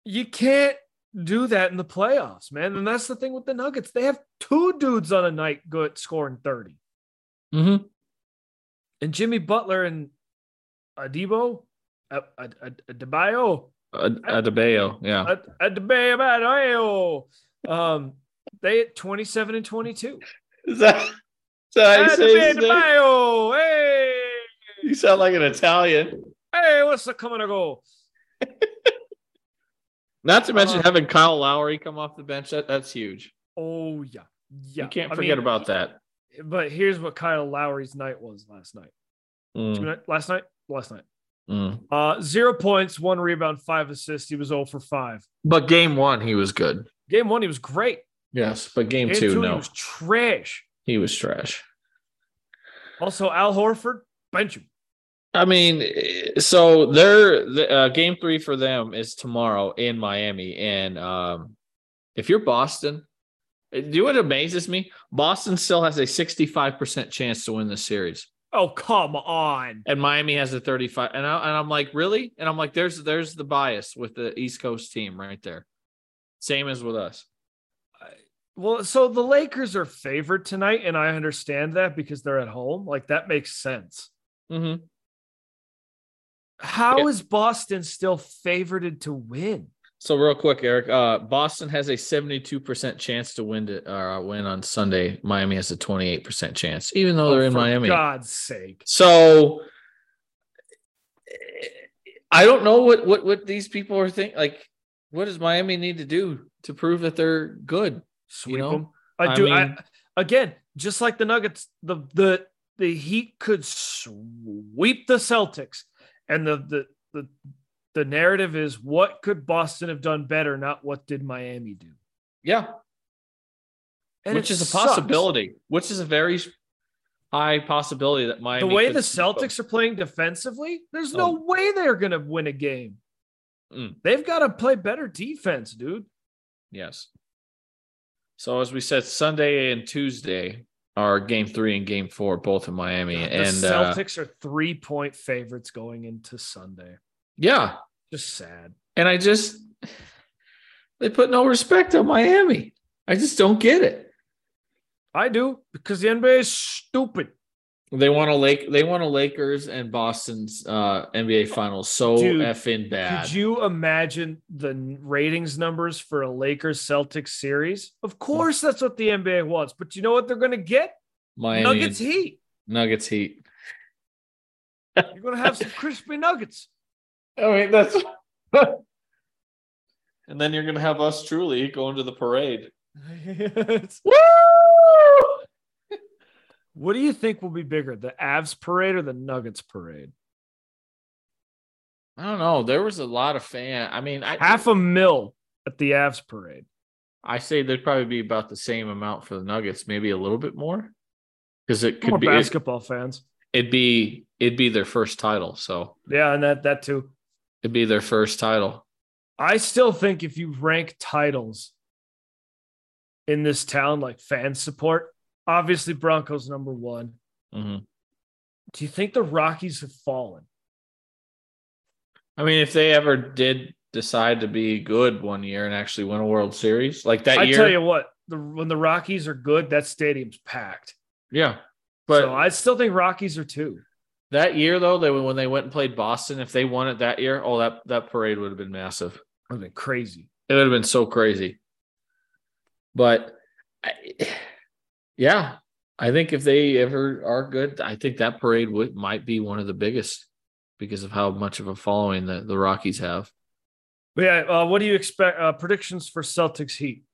[SPEAKER 2] you can't do that in the playoffs, man. And that's the thing with the Nuggets. They have two dudes on a night good scoring 30.
[SPEAKER 1] Mm-hmm.
[SPEAKER 2] And Jimmy Butler and Adibo, uh, Ad- Ad- Adebayo,
[SPEAKER 1] Ad- Adebayo. Yeah,
[SPEAKER 2] at, at the Bay of Idaho. Um, they at 27 and 22.
[SPEAKER 1] is that? Is
[SPEAKER 2] At the Bay of Idaho. Hey,
[SPEAKER 1] You sound like an Italian.
[SPEAKER 2] hey, what's the coming to go?
[SPEAKER 1] Not to mention
[SPEAKER 2] Uh,
[SPEAKER 1] having Kyle Lowry come off the bench. That, that's huge.
[SPEAKER 2] Oh, yeah. Yeah.
[SPEAKER 1] you can't
[SPEAKER 2] I
[SPEAKER 1] forget
[SPEAKER 2] mean,
[SPEAKER 1] about that.
[SPEAKER 2] But here's what Kyle Lowry's night was last night.
[SPEAKER 1] Mm,
[SPEAKER 2] Last night? Last night.
[SPEAKER 1] mm.
[SPEAKER 2] Uh, zero points, one rebound, five assists. He was 0 for 5.
[SPEAKER 1] But game one, he was good.
[SPEAKER 2] Game one, he was great.
[SPEAKER 1] Yes, but game,
[SPEAKER 2] Game
[SPEAKER 1] two,
[SPEAKER 2] he
[SPEAKER 1] no,
[SPEAKER 2] was trash.
[SPEAKER 1] he was trash.
[SPEAKER 2] Also, Al Horford, bench him.
[SPEAKER 1] I mean, eh, so their the, uh, game three for them is tomorrow in Miami, and um, if you're Boston, eh, do you know what amazes me? Boston still has a 65% chance to win this series,
[SPEAKER 2] Oh, come on.
[SPEAKER 1] and Miami has a 35. And I, and I'm like, really? And I'm like, there's there's the bias with the East Coast team right there. Same as with us.
[SPEAKER 2] Well, so the Lakers are favored tonight, and I understand that because they're at home. Like that makes sense.
[SPEAKER 1] Mm-hmm.
[SPEAKER 2] How is
[SPEAKER 1] Yeah.
[SPEAKER 2] Boston still favored to win?
[SPEAKER 1] So real quick, Eric, uh, Boston has a 72% chance to win to, uh, win on Sunday. Miami has a 28% chance, even though they're in
[SPEAKER 2] Oh, for
[SPEAKER 1] Miami.
[SPEAKER 2] God's sake.
[SPEAKER 1] So I don't know what what what these people are thinking. Like, what does Miami need to do to prove that they're good?
[SPEAKER 2] Sweep
[SPEAKER 1] know,
[SPEAKER 2] them. I
[SPEAKER 1] I
[SPEAKER 2] do. I,
[SPEAKER 1] mean-
[SPEAKER 2] again, just like the Nuggets, the the the Heat could sweep the Celtics, and the the the the narrative is what could Boston have done better, not what did Miami do,
[SPEAKER 1] Yeah,
[SPEAKER 2] and
[SPEAKER 1] which
[SPEAKER 2] it
[SPEAKER 1] is a
[SPEAKER 2] sucks.
[SPEAKER 1] possibility. Which is a very high possibility that Miami.
[SPEAKER 2] the way
[SPEAKER 1] could
[SPEAKER 2] the
[SPEAKER 1] sweep them.
[SPEAKER 2] Celtics are playing defensively, there's no
[SPEAKER 1] Oh.
[SPEAKER 2] way they're going to win a game.
[SPEAKER 1] Mm.
[SPEAKER 2] They've got to play better defense, dude.
[SPEAKER 1] Yes. So as we said, Sunday and Tuesday are Game Three and Game Four, both in Miami,
[SPEAKER 2] God, the
[SPEAKER 1] and uh,
[SPEAKER 2] Celtics are three point favorites going into Sunday.
[SPEAKER 1] yeah,
[SPEAKER 2] Just sad.
[SPEAKER 1] and I just they put no respect on Miami. I just don't get it.
[SPEAKER 2] I do because the NBA is stupid,
[SPEAKER 1] They want a Lake. They want a Lakers and Boston's uh, NBA Finals so
[SPEAKER 2] Dude,
[SPEAKER 1] effing bad.
[SPEAKER 2] Could you imagine the n- ratings numbers for a Lakers Celtics series? Of course, that's what the NBA wants. But you know what they're going to get?
[SPEAKER 1] Miami Nuggets,
[SPEAKER 2] Nuggets Heat.
[SPEAKER 1] Nuggets Heat.
[SPEAKER 2] You're gonna have some crispy nuggets.
[SPEAKER 1] I mean, that's. (laughs) and then you're gonna have us truly going to the (laughs) parade. Woo!
[SPEAKER 2] what do you think will be bigger, the Avs parade or the Nuggets parade?
[SPEAKER 1] I don't know. There was a lot of fan. I mean, I
[SPEAKER 2] Half a mil at the Avs parade.
[SPEAKER 1] I say there'd probably be about the same amount for the Nuggets, maybe a little bit more, because it could
[SPEAKER 2] More
[SPEAKER 1] be it,
[SPEAKER 2] basketball fans.
[SPEAKER 1] it'd be it'd be their first title, so
[SPEAKER 2] Yeah, and that that too.
[SPEAKER 1] it'd be their first title.
[SPEAKER 2] I still think if you rank titles in this town, like fan support, obviously Broncos number one.
[SPEAKER 1] Mhm.
[SPEAKER 2] Do you think the Rockies have fallen?
[SPEAKER 1] I mean, if they ever did decide to be good one year and actually win a World Series like that
[SPEAKER 2] I
[SPEAKER 1] year,
[SPEAKER 2] tell you what, the, when the Rockies are good, that stadium's packed.
[SPEAKER 1] yeah. But
[SPEAKER 2] so I still think Rockies are two.
[SPEAKER 1] that year though, they when they went and played Boston, if they won it that year, oh that that parade would have been massive.
[SPEAKER 2] I've been crazy.
[SPEAKER 1] It would have been so crazy. But I, (sighs) yeah, I think if they ever are good, I think that parade would might be one of the biggest because of how much of a following the, the Rockies have.
[SPEAKER 2] But yeah, uh, what do you expect? Uh, predictions for Celtics Heat?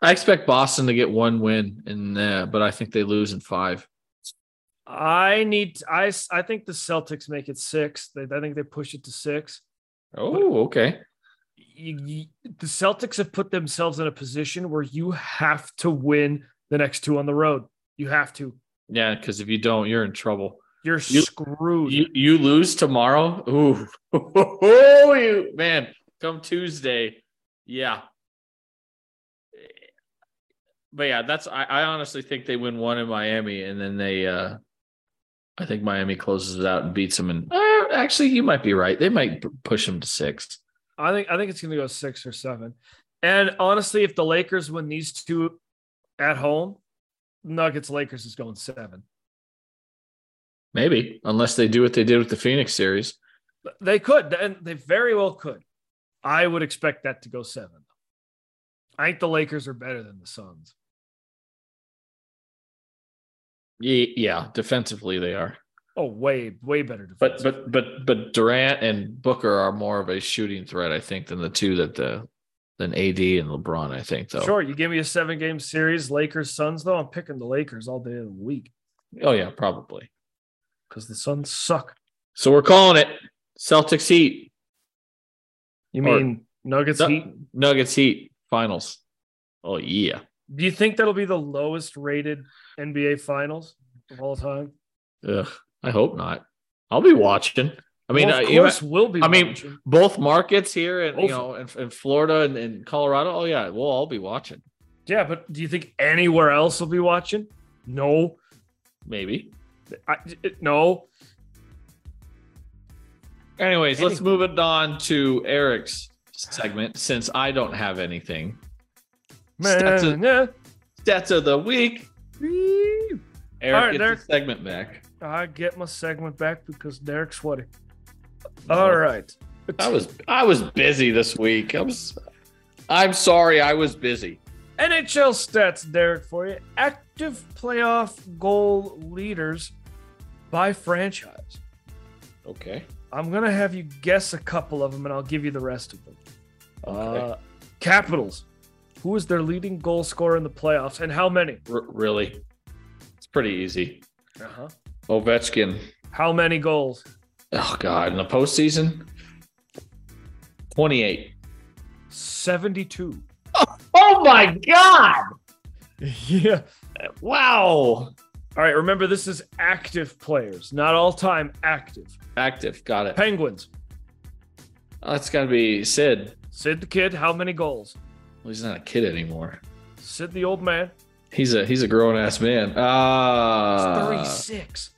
[SPEAKER 1] I expect Boston to get one win in there, but I think they lose in five.
[SPEAKER 2] I need. I s- I think the Celtics make it six. They, I think they push it to six.
[SPEAKER 1] Oh, okay.
[SPEAKER 2] you, you- the Celtics have put themselves in a position where you have to win the next two on the road. You have to.
[SPEAKER 1] Yeah, because if you don't, you're in trouble.
[SPEAKER 2] You're
[SPEAKER 1] You-
[SPEAKER 2] screwed.
[SPEAKER 1] You you lose tomorrow. Ooh. (laughs) Oh, you man, come Tuesday. Yeah. But yeah, that's I, I honestly think they win one in Miami and then they uh I think Miami closes it out and beats them and uh, actually you might be right. They might p- push them to 6.
[SPEAKER 2] I think I think it's going to go six or seven. And honestly, if the Lakers win these two at home, Nuggets Lakers is going seven.
[SPEAKER 1] Maybe unless they do what they did with the Phoenix series.
[SPEAKER 2] They could, and they very well could. I would expect that to go seven. I think the Lakers are better than the Suns.
[SPEAKER 1] Ye- Yeah, defensively they are.
[SPEAKER 2] Oh, way way better.
[SPEAKER 1] But
[SPEAKER 2] defensively.
[SPEAKER 1] but but but Durant and Booker are more of a shooting threat, I think, than the two that the than AD and LeBron. I think though.
[SPEAKER 2] Sure, you give me a seven game series, Lakers Suns though. I'm picking the Lakers all day of the week
[SPEAKER 1] Oh yeah, probably.
[SPEAKER 2] because the Suns suck.
[SPEAKER 1] So we're calling it Celtics Heat,
[SPEAKER 2] You
[SPEAKER 1] Or-
[SPEAKER 2] mean Nuggets
[SPEAKER 1] Nu-
[SPEAKER 2] Heat?
[SPEAKER 1] Nuggets Heat finals. Oh yeah,
[SPEAKER 2] Do you think that'll be the lowest rated NBA Finals of all time?
[SPEAKER 1] Ugh, I hope not. I'll be watching. I mean,
[SPEAKER 2] Well,
[SPEAKER 1] I,
[SPEAKER 2] of
[SPEAKER 1] you know,
[SPEAKER 2] course, will be.
[SPEAKER 1] I mean,
[SPEAKER 2] watching.
[SPEAKER 1] both markets here, and you
[SPEAKER 2] Both.
[SPEAKER 1] know, in, in Florida and in Colorado. Oh yeah, we'll all be watching.
[SPEAKER 2] yeah, but do you think anywhere else will be watching? No,
[SPEAKER 1] Maybe.
[SPEAKER 2] I, it- no.
[SPEAKER 1] Anyways, let's
[SPEAKER 2] Anything.
[SPEAKER 1] move it on to Eric's segment since I don't have anything. Stats of-
[SPEAKER 2] Nah.
[SPEAKER 1] Stats of the week. Eric
[SPEAKER 2] All right,
[SPEAKER 1] gets
[SPEAKER 2] Derek.
[SPEAKER 1] his segment back.
[SPEAKER 2] I get my segment back because Derek's sweaty. All right.
[SPEAKER 1] I was I was busy this week. I'm s- I'm sorry I was busy.
[SPEAKER 2] NHL stats, Derek, for you. Active playoff goal leaders by franchise.
[SPEAKER 1] Okay.
[SPEAKER 2] I'm going to have you guess a couple of them and I'll give you the rest of them.
[SPEAKER 1] Okay.
[SPEAKER 2] Uh, Capitals. Who is their leading goal scorer in the playoffs and how many?
[SPEAKER 1] R- really. It's pretty easy.
[SPEAKER 2] Uh-huh.
[SPEAKER 1] Ovechkin.
[SPEAKER 2] How many goals?
[SPEAKER 1] Oh god, in the postseason 28.
[SPEAKER 2] 72.
[SPEAKER 1] (laughs) Oh my god.
[SPEAKER 2] yeah.
[SPEAKER 1] Wow.
[SPEAKER 2] All right. Remember, this is active players, not all time active.
[SPEAKER 1] Active, got it.
[SPEAKER 2] Penguins.
[SPEAKER 1] Oh, that's got to be Sid.
[SPEAKER 2] Sid the kid, how many goals?
[SPEAKER 1] Well, he's not a kid anymore.
[SPEAKER 2] Sid the old man,
[SPEAKER 1] He's a he's a grown ass man. Ah,
[SPEAKER 2] 36.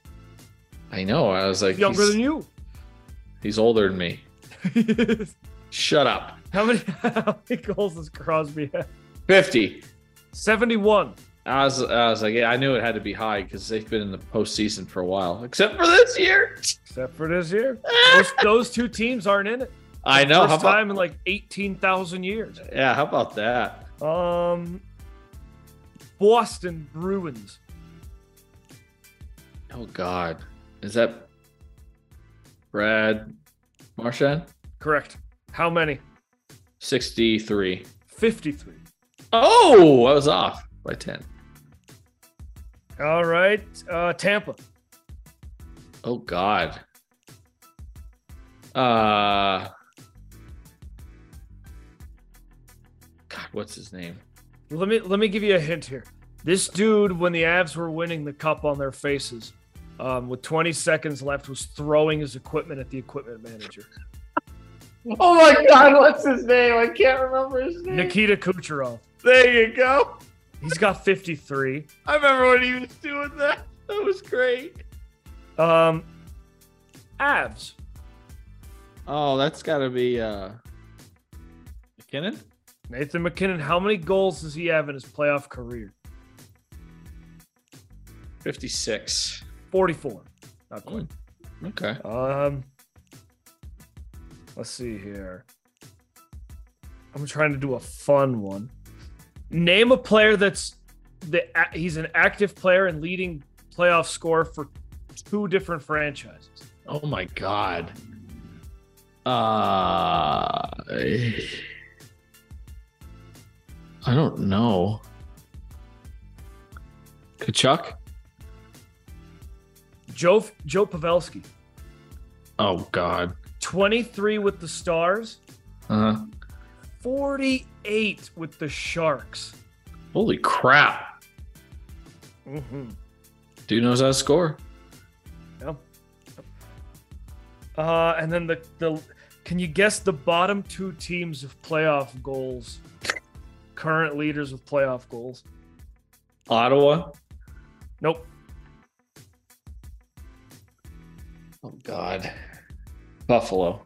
[SPEAKER 1] I know. I was like,
[SPEAKER 2] Younger
[SPEAKER 1] he's-
[SPEAKER 2] than you.
[SPEAKER 1] he's older than me. Shut up.
[SPEAKER 2] (laughs) how many how many goals does Crosby have?
[SPEAKER 1] 50.
[SPEAKER 2] 71.
[SPEAKER 1] I was, I was like, yeah, I knew it had to be high because they've been in the postseason for a while, except for this year.
[SPEAKER 2] Except for this year. Those, those two teams aren't in it.
[SPEAKER 1] (laughs) I know. How
[SPEAKER 2] First
[SPEAKER 1] about,
[SPEAKER 2] time in like 18,000 years.
[SPEAKER 1] yeah, how about that?
[SPEAKER 2] Um Boston Bruins.
[SPEAKER 1] Oh God, is that Brad Marchand,
[SPEAKER 2] Correct. How many?
[SPEAKER 1] 63.
[SPEAKER 2] 53.
[SPEAKER 1] Oh, I was off by 10.
[SPEAKER 2] All right. Uh, Tampa.
[SPEAKER 1] Oh God. Uh God, what's his name?
[SPEAKER 2] Let me let me give you a hint here. This dude, when the Avs were winning the cup on their faces, um, with 20 seconds left, was throwing his equipment at the equipment manager,
[SPEAKER 1] Oh my God, what's his name? I can't remember his name.
[SPEAKER 2] Nikita Kucherov.
[SPEAKER 1] There you go.
[SPEAKER 2] He's got 53.
[SPEAKER 1] I remember when he was doing that. That was great.
[SPEAKER 2] Um, Avs.
[SPEAKER 1] Oh, that's got to be uh McKinnon.
[SPEAKER 2] Nathan McKinnon. How many goals does he have in his playoff career?
[SPEAKER 1] 56.
[SPEAKER 2] 44. Not quite.
[SPEAKER 1] Okay.
[SPEAKER 2] Um, let's see here. I'm trying to do a fun one. Name a player that's the he's an active player and leading playoff scorer for two different franchises.
[SPEAKER 1] Oh my God. Uh, I don't know. Kachuk?
[SPEAKER 2] Joe Joe Pavelski,
[SPEAKER 1] Oh God.
[SPEAKER 2] 23 with the Stars,
[SPEAKER 1] Uh,
[SPEAKER 2] 48 with the Sharks.
[SPEAKER 1] holy crap.
[SPEAKER 2] Mm-hmm.
[SPEAKER 1] Dude knows how to score.
[SPEAKER 2] Uh, and then the the can you guess the bottom two teams of playoff goals? Current leaders with playoff goals.
[SPEAKER 1] Ottawa.
[SPEAKER 2] Nope.
[SPEAKER 1] Oh God. Buffalo.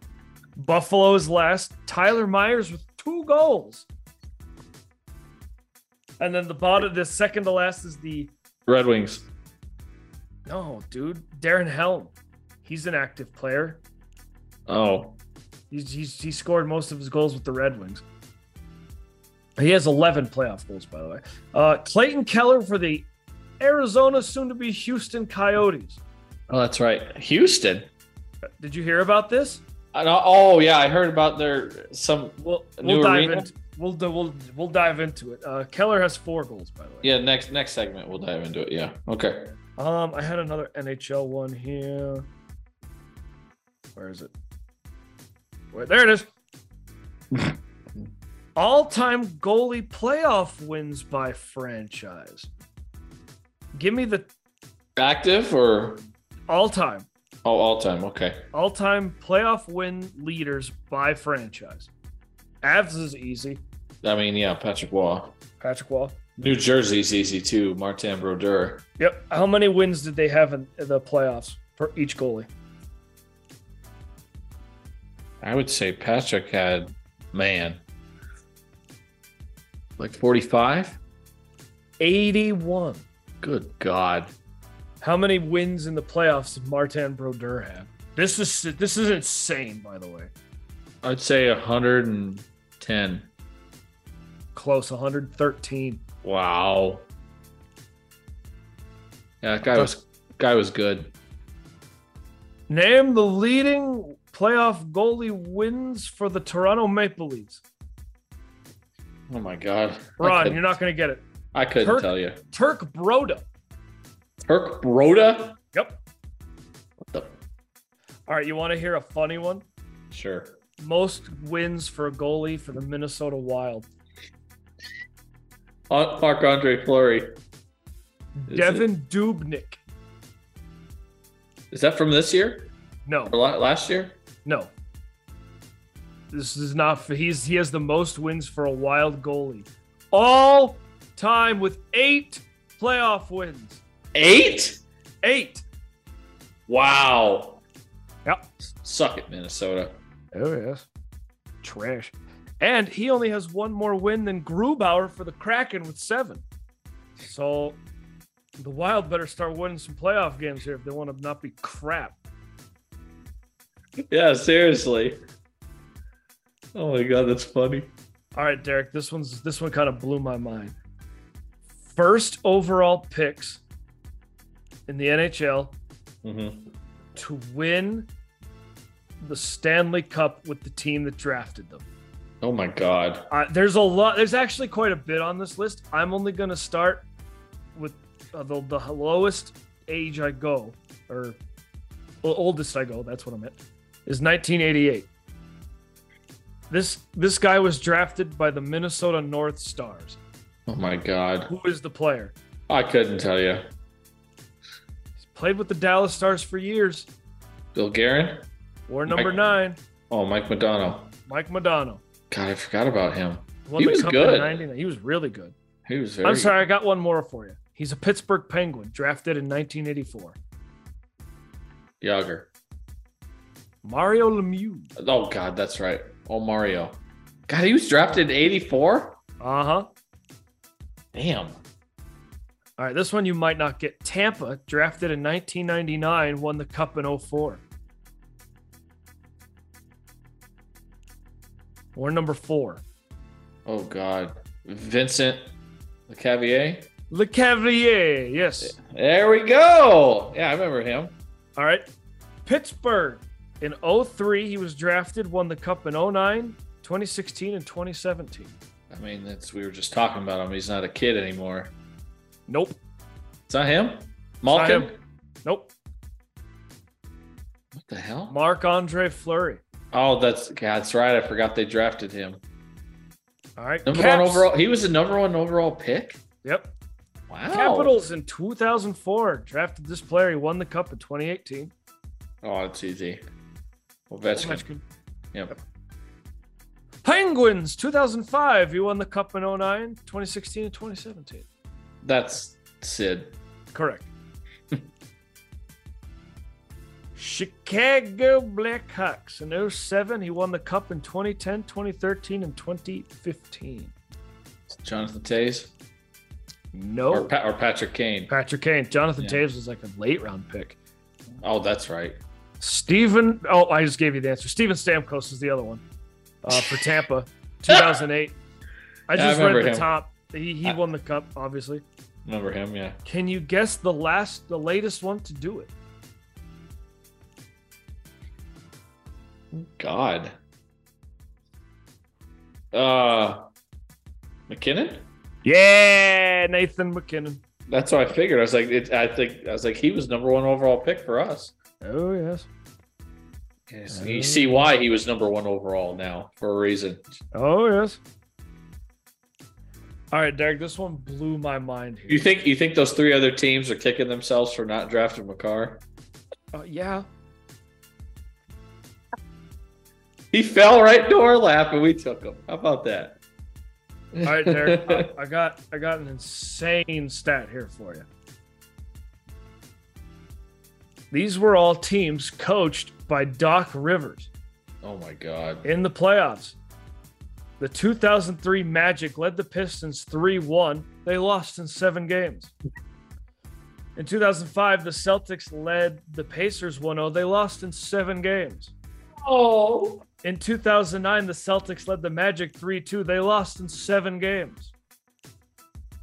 [SPEAKER 2] Buffalo is last. Tyler Myers with two goals. And then the bottom, the second to last is the
[SPEAKER 1] Red Wings.
[SPEAKER 2] no dude, Darren Helm. He's an active player.
[SPEAKER 1] Oh.
[SPEAKER 2] He's, he's he scored most of his goals with the Red Wings. He has 11 playoff goals, by the way. Uh, Clayton Keller for the Arizona, soon to be Houston Coyotes.
[SPEAKER 1] Oh, that's right. Houston.
[SPEAKER 2] Did you hear about this?
[SPEAKER 1] I don't- oh yeah, I heard about their some
[SPEAKER 2] We'll,
[SPEAKER 1] New
[SPEAKER 2] we'll dive
[SPEAKER 1] arena?
[SPEAKER 2] into we'll, do- we'll we'll dive into it. Uh, Keller has four goals, by the way.
[SPEAKER 1] yeah, next next segment we'll dive into it. Yeah. Okay.
[SPEAKER 2] Um, I had another NHL one here. Where is it? Wait, there it is. All-time goalie playoff wins by franchise. Give me the
[SPEAKER 1] Active or
[SPEAKER 2] all-time,
[SPEAKER 1] oh all time. Okay.
[SPEAKER 2] all-time playoff win leaders by franchise. Avs is easy.
[SPEAKER 1] I mean, yeah, Patrick Waugh.
[SPEAKER 2] Patrick Wall.
[SPEAKER 1] New Jersey's easy too. Martin Brodeur.
[SPEAKER 2] Yep. How many wins did they have in the playoffs for each goalie?
[SPEAKER 1] I would say Patrick had man. Like 45?
[SPEAKER 2] 81.
[SPEAKER 1] Good God.
[SPEAKER 2] How many wins in the playoffs did Martin Brodeur have? This is this is insane, by the way.
[SPEAKER 1] I'd say 110.
[SPEAKER 2] Close 113.
[SPEAKER 1] Wow. Yeah, that guy was guy was good.
[SPEAKER 2] Name the leading playoff goalie wins for the Toronto Maple Leafs.
[SPEAKER 1] Oh my god. I
[SPEAKER 2] Ron,
[SPEAKER 1] couldn't,
[SPEAKER 2] you're not going to get it.
[SPEAKER 1] I couldn't
[SPEAKER 2] Kirk-
[SPEAKER 1] tell you.
[SPEAKER 2] Turk Broda.
[SPEAKER 1] Turk Broda?
[SPEAKER 2] Yep.
[SPEAKER 1] What the
[SPEAKER 2] All right, you want to hear a funny one?
[SPEAKER 1] sure.
[SPEAKER 2] Most wins for a goalie for the Minnesota Wild.
[SPEAKER 1] Mark Andre Fleury. Is,
[SPEAKER 2] Devin Dubnik.
[SPEAKER 1] it- is that from this year
[SPEAKER 2] No,
[SPEAKER 1] or la- last year?
[SPEAKER 2] no. This is not. He's he has the most wins for a Wild goalie all time with eight playoff wins.
[SPEAKER 1] Eight?
[SPEAKER 2] Eight.
[SPEAKER 1] Wow.
[SPEAKER 2] Yep.
[SPEAKER 1] Suck it, Minnesota.
[SPEAKER 2] Oh yes. Trash. And he only has one more win than Grubauer for the Kraken with seven. So the Wild better start winning some playoff games here if they want to not be crap.
[SPEAKER 1] Yeah, seriously. Oh my god, that's funny.
[SPEAKER 2] All right, Derek, this one's this one kind of blew my mind. First overall picks in the NHL
[SPEAKER 1] Mm-hmm.
[SPEAKER 2] to win the Stanley Cup with the team that drafted them.
[SPEAKER 1] Oh my god.
[SPEAKER 2] Uh, there's a lot. There's actually quite a bit on this list. I'm only going to start with uh, the, the lowest age I go, or well, oldest I go. That's what I meant. Is 1988. This this guy was drafted by the Minnesota North Stars.
[SPEAKER 1] Oh my god.
[SPEAKER 2] Who is the player?
[SPEAKER 1] I couldn't tell you.
[SPEAKER 2] He's played with the Dallas Stars for years.
[SPEAKER 1] Bill Guerin?
[SPEAKER 2] Or number
[SPEAKER 1] Mike-
[SPEAKER 2] nine,
[SPEAKER 1] Oh, Mike Madonna.
[SPEAKER 2] Mike Madonna.
[SPEAKER 1] God, I forgot about him.
[SPEAKER 2] Won
[SPEAKER 1] He
[SPEAKER 2] the
[SPEAKER 1] was
[SPEAKER 2] cup
[SPEAKER 1] good.
[SPEAKER 2] In 99. He was really good.
[SPEAKER 1] He was very
[SPEAKER 2] I'm sorry, I got one more for you. He's a Pittsburgh Penguin, drafted in 1984.
[SPEAKER 1] Yager.
[SPEAKER 2] Mario Lemieux.
[SPEAKER 1] Oh god, that's right. Oh Mario. God, he was drafted in 84?
[SPEAKER 2] Uh huh.
[SPEAKER 1] Damn.
[SPEAKER 2] All right, this one you might not get. Tampa, drafted in 1999, won the cup in 04. Or number four,
[SPEAKER 1] Oh god. Vincent LeCavier.
[SPEAKER 2] Le Cavalier. Yes.
[SPEAKER 1] There we go. Yeah, I remember him.
[SPEAKER 2] All right. Pittsburgh in 03, he was drafted, won the cup in 09, 2016, and 2017.
[SPEAKER 1] I mean, that's we were just talking about him. He's not a kid anymore.
[SPEAKER 2] Nope.
[SPEAKER 1] It's not him?
[SPEAKER 2] not
[SPEAKER 1] Malkin?
[SPEAKER 2] him. Nope.
[SPEAKER 1] What the hell?
[SPEAKER 2] Marc Andre Fleury.
[SPEAKER 1] Oh, that's God, that's right. I forgot they drafted him.
[SPEAKER 2] All right.
[SPEAKER 1] Number one
[SPEAKER 2] Caps.
[SPEAKER 1] overall. He was the number one overall pick.
[SPEAKER 2] Yep.
[SPEAKER 1] Wow.
[SPEAKER 2] Capitals in 2004 drafted this player. He won the cup in 2018.
[SPEAKER 1] Oh, it's easy. Ovechkin.
[SPEAKER 2] Ovechkin.
[SPEAKER 1] Yep.
[SPEAKER 2] Penguins 2005. He won the cup in 09, 2016, and 2017.
[SPEAKER 1] That's Sid. (laughs)
[SPEAKER 2] Correct. Chicago Blackhawks in 07. He won the cup in 2010, 2013, and 2015.
[SPEAKER 1] Jonathan Tays
[SPEAKER 2] No.
[SPEAKER 1] or, pa- or Patrick Kane.
[SPEAKER 2] Patrick Kane. Jonathan
[SPEAKER 1] Yeah.
[SPEAKER 2] Taves was like a late round pick.
[SPEAKER 1] Oh, that's right.
[SPEAKER 2] Steven. Oh, I just gave you the answer. Steven Stamkos is the other one uh, for
[SPEAKER 1] (laughs)
[SPEAKER 2] Tampa, 2008.
[SPEAKER 1] Yeah,
[SPEAKER 2] I
[SPEAKER 1] I
[SPEAKER 2] just
[SPEAKER 1] remember
[SPEAKER 2] read the
[SPEAKER 1] him.
[SPEAKER 2] top. He, he
[SPEAKER 1] I-
[SPEAKER 2] won the cup, obviously.
[SPEAKER 1] Remember him? Yeah.
[SPEAKER 2] Can you guess the last, the latest one to do it?
[SPEAKER 1] God. Uh, McKinnon.
[SPEAKER 2] Yeah, Nathan McKinnon.
[SPEAKER 1] That's what I figured. I was like, it, I think I was like, he was number one overall pick for us.
[SPEAKER 2] Oh yes.
[SPEAKER 1] Yes. You see why he was number one overall now for a reason.
[SPEAKER 2] Oh yes. All right, Derek. This one blew my mind. Here.
[SPEAKER 1] You think you think those three other teams are kicking themselves for not drafting McCarr?
[SPEAKER 2] Uh, yeah.
[SPEAKER 1] He fell right into our lap and we took him. How about that?
[SPEAKER 2] All
[SPEAKER 1] (laughs)
[SPEAKER 2] right, Derek. Uh, I, I got I got an insane stat here for you. These were all teams coached by Doc Rivers
[SPEAKER 1] Oh my god.
[SPEAKER 2] in the playoffs. The 2003 Magic led the Pistons 3 1. They lost in seven games. In 2005, the Celtics led the Pacers 1 0. They lost in seven games.
[SPEAKER 1] Oh.
[SPEAKER 2] In 2009, the Celtics led the Magic 3 2. They lost in seven games.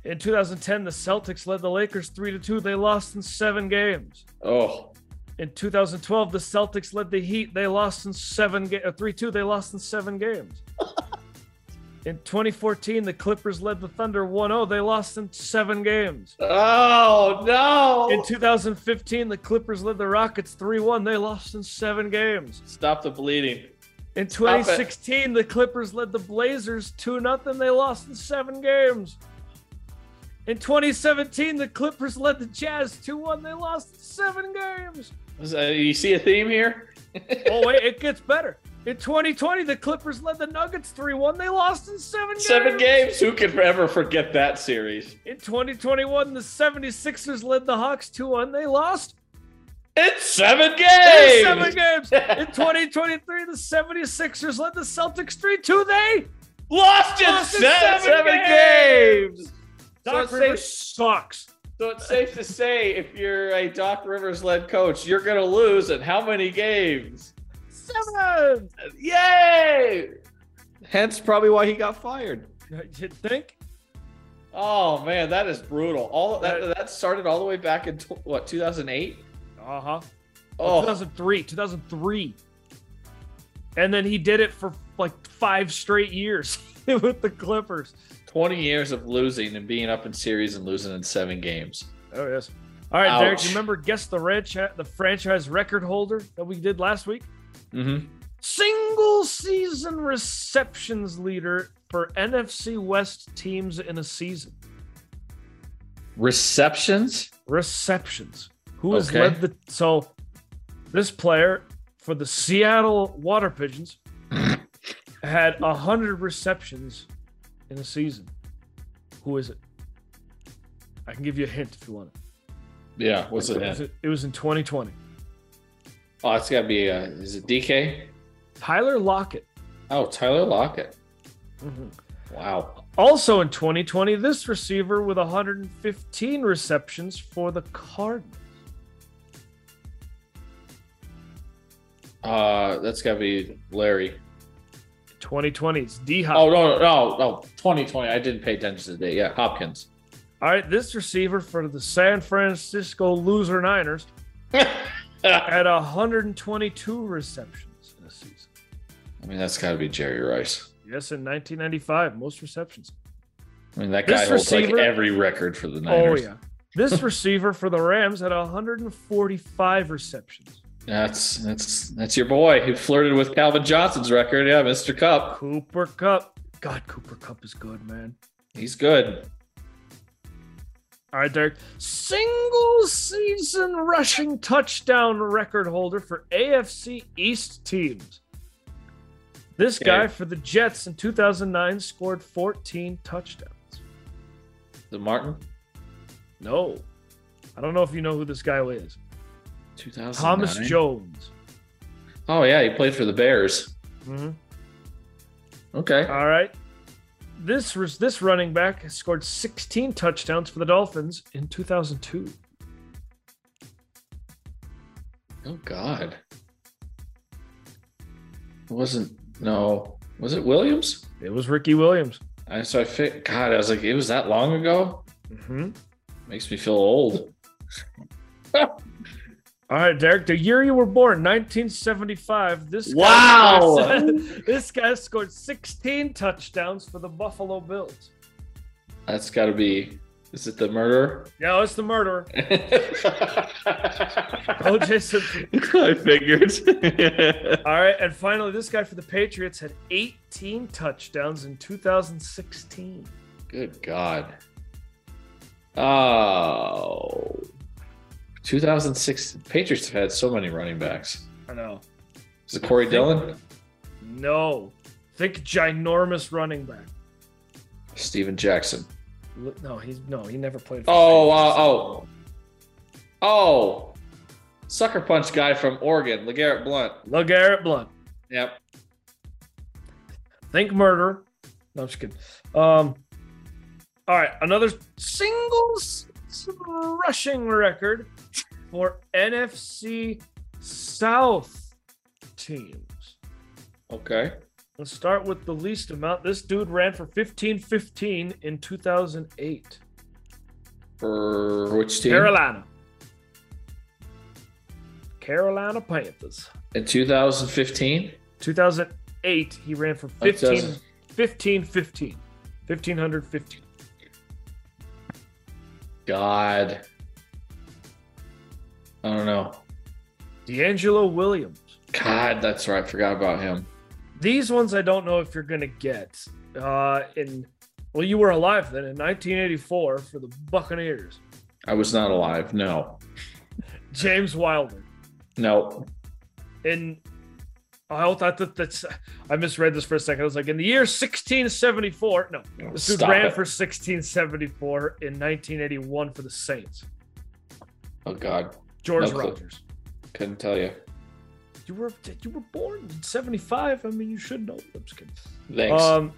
[SPEAKER 2] In 2010, the Celtics led the Lakers 3 2. They lost in seven games.
[SPEAKER 1] Oh.
[SPEAKER 2] In 2012, the Celtics led the Heat. They lost in seven games. 3 2. They lost in seven games. in 2014, the Clippers led the Thunder 1 0. They lost in seven games.
[SPEAKER 1] Oh no.
[SPEAKER 2] In 2015, the Clippers led the Rockets 3 1. They lost in seven games.
[SPEAKER 1] Stop the bleeding.
[SPEAKER 2] In
[SPEAKER 1] Stop it.
[SPEAKER 2] 2016, the Clippers led the Blazers 2 0. They lost in seven games. In 2017, the Clippers led the Jazz 2 1. They lost in seven games.
[SPEAKER 1] Is that- You see a theme here?
[SPEAKER 2] Oh, wait, it gets better. In 2020, the Clippers led the Nuggets 3 1. They lost in seven games.
[SPEAKER 1] Seven games. Who could ever forget that series?
[SPEAKER 2] In 2021, the 76ers led the Hawks 2 1. They lost
[SPEAKER 1] It's seven
[SPEAKER 2] in
[SPEAKER 1] games. (laughs)
[SPEAKER 2] seven games. In 2023, the 76ers led the Celtics 3 2. They.
[SPEAKER 1] Lost in
[SPEAKER 2] Lost in
[SPEAKER 1] se-
[SPEAKER 2] seven
[SPEAKER 1] seven,
[SPEAKER 2] games.
[SPEAKER 1] games. So
[SPEAKER 2] Doc
[SPEAKER 1] it's safe-
[SPEAKER 2] Rivers sucks.
[SPEAKER 1] So it's safe to say, if you're a Doc Rivers led coach, you're going to lose in how many games?
[SPEAKER 2] Seven.
[SPEAKER 1] Yay! Hence, probably why he got fired.
[SPEAKER 2] You think?
[SPEAKER 1] Oh man, that is brutal. All that
[SPEAKER 2] That-
[SPEAKER 1] that started all the way back
[SPEAKER 2] Uh-huh. Oh,
[SPEAKER 1] in tw- what 2008.
[SPEAKER 2] Uh huh.
[SPEAKER 1] Oh,
[SPEAKER 2] 2003. 2003. And then he did it for like five straight years (laughs) with the Clippers.
[SPEAKER 1] 20 years of losing and being up in series and losing in seven games.
[SPEAKER 2] Oh yes. All right, Derek.
[SPEAKER 1] Ouch.
[SPEAKER 2] You remember guess the ranch the franchise record holder that we did last week?
[SPEAKER 1] Mm-hmm.
[SPEAKER 2] Single season receptions leader for NFC West teams in a season.
[SPEAKER 1] Receptions?
[SPEAKER 2] Receptions. Who has
[SPEAKER 1] Okay.
[SPEAKER 2] led the so this player for the Seattle
[SPEAKER 1] (laughs)
[SPEAKER 2] Water Pigeons had hundred receptions in a season. Who is it? I can give you a hint if you want it.
[SPEAKER 1] Yeah. What's it?
[SPEAKER 2] It was, it was in 2020.
[SPEAKER 1] Oh, it's got to be. Uh, is it DK?
[SPEAKER 2] Tyler Lockett.
[SPEAKER 1] Oh, Tyler Lockett. Mm-hmm. Wow.
[SPEAKER 2] Also in 2020, this receiver with 115 receptions for the Cardinals.
[SPEAKER 1] Uh, that's got to be Larry.
[SPEAKER 2] 2020, it's D Hop.
[SPEAKER 1] Oh no, no, no, no. 2020. I didn't pay attention to the date. Yeah,
[SPEAKER 2] (laughs)
[SPEAKER 1] Hopkins. Oh.
[SPEAKER 2] All right, this receiver for the San Francisco Loser Niners
[SPEAKER 1] I
[SPEAKER 2] had 122 receptions in a season.
[SPEAKER 1] mean, that's got to be Jerry Rice.
[SPEAKER 2] Yes, in 1995, most receptions.
[SPEAKER 1] I mean, that
[SPEAKER 2] This
[SPEAKER 1] guy holds
[SPEAKER 2] receiver-
[SPEAKER 1] like every record for the
[SPEAKER 2] Oh
[SPEAKER 1] Niners.
[SPEAKER 2] yeah. This (laughs) receiver for the Rams had 145 receptions.
[SPEAKER 1] That's that's that's your boy who flirted with Calvin Johnson's record. Yeah, Mr. Cup.
[SPEAKER 2] Cooper Cup. God, Cooper Cup is good, man.
[SPEAKER 1] He's good.
[SPEAKER 2] All right, Derek. Single season rushing touchdown record holder for AFC East teams. This
[SPEAKER 1] Okay.
[SPEAKER 2] guy for the Jets in 2009 scored 14 touchdowns.
[SPEAKER 1] The Martin.
[SPEAKER 2] No. I don't know if you know who this guy is.
[SPEAKER 1] 2009.
[SPEAKER 2] Thomas Jones.
[SPEAKER 1] Oh yeah, he played for the Bears.
[SPEAKER 2] Mhm.
[SPEAKER 1] Okay.
[SPEAKER 2] All right. This was this running back has scored 16 touchdowns for the Dolphins in 2002.
[SPEAKER 1] Oh God. It wasn't no. Was it Williams?
[SPEAKER 2] It was Ricky Williams.
[SPEAKER 1] I so I fi- God, I was like, it was that long ago.
[SPEAKER 2] Mhm.
[SPEAKER 1] Makes me feel old.
[SPEAKER 2] All right, Derek, the year you were born, 1975. This guy
[SPEAKER 1] Wow.
[SPEAKER 2] scored- (laughs) this guy scored 16 touchdowns for the Buffalo Bills.
[SPEAKER 1] That's got to be. Is it the murderer?
[SPEAKER 2] Yeah, it's the (laughs) murderer. Oh,
[SPEAKER 1] I
[SPEAKER 2] OJ Simpson.
[SPEAKER 1] figured.
[SPEAKER 2] All right, and finally, this guy for the Patriots had 18 touchdowns in 2016.
[SPEAKER 1] (laughs) Good God. Oh. 2006 Patriots have had so many running backs.
[SPEAKER 2] I know.
[SPEAKER 1] Is it Corey Dillon?
[SPEAKER 2] No. Think ginormous running back.
[SPEAKER 1] Steven Jackson.
[SPEAKER 2] Look- No, he's no, he never played. For
[SPEAKER 1] Oh,
[SPEAKER 2] the
[SPEAKER 1] uh,
[SPEAKER 2] Patriots.
[SPEAKER 1] oh. Oh. Sucker punch guy from Oregon, LeGarrette Blunt.
[SPEAKER 2] LeGarrette Blunt.
[SPEAKER 1] Yep.
[SPEAKER 2] Think murder. No, I'm just kidding. Um, all right, another singles rushing record for NFC South teams.
[SPEAKER 1] Okay.
[SPEAKER 2] Let's start with the least amount. This dude ran for 15-15 in 2008.
[SPEAKER 1] For which team?
[SPEAKER 2] Carolina. Carolina Panthers.
[SPEAKER 1] In 2015?
[SPEAKER 2] 2008, he ran for
[SPEAKER 1] Oh,
[SPEAKER 2] 15,
[SPEAKER 1] 2000.
[SPEAKER 2] 15, 15, 1515.
[SPEAKER 1] God. I don't know.
[SPEAKER 2] D'Angelo Williams.
[SPEAKER 1] God, that's right. Forgot about him.
[SPEAKER 2] These ones I don't know if you're going to get. Uh, in well, you were alive then in 1984 for the Buccaneers.
[SPEAKER 1] I was not alive. No.
[SPEAKER 2] James Wilder.
[SPEAKER 1] No.
[SPEAKER 2] In I thought that that's I misread this for a second. I was like in the year 1674. No, this dude
[SPEAKER 1] Stop
[SPEAKER 2] ran
[SPEAKER 1] it.
[SPEAKER 2] for 1674 in 1981 for the Saints.
[SPEAKER 1] Oh God,
[SPEAKER 2] George
[SPEAKER 1] No clue.
[SPEAKER 2] Rogers.
[SPEAKER 1] couldn't tell you.
[SPEAKER 2] You were you were born in 75. I mean, you should know. I'm just kidding.
[SPEAKER 1] Thanks.
[SPEAKER 2] Um,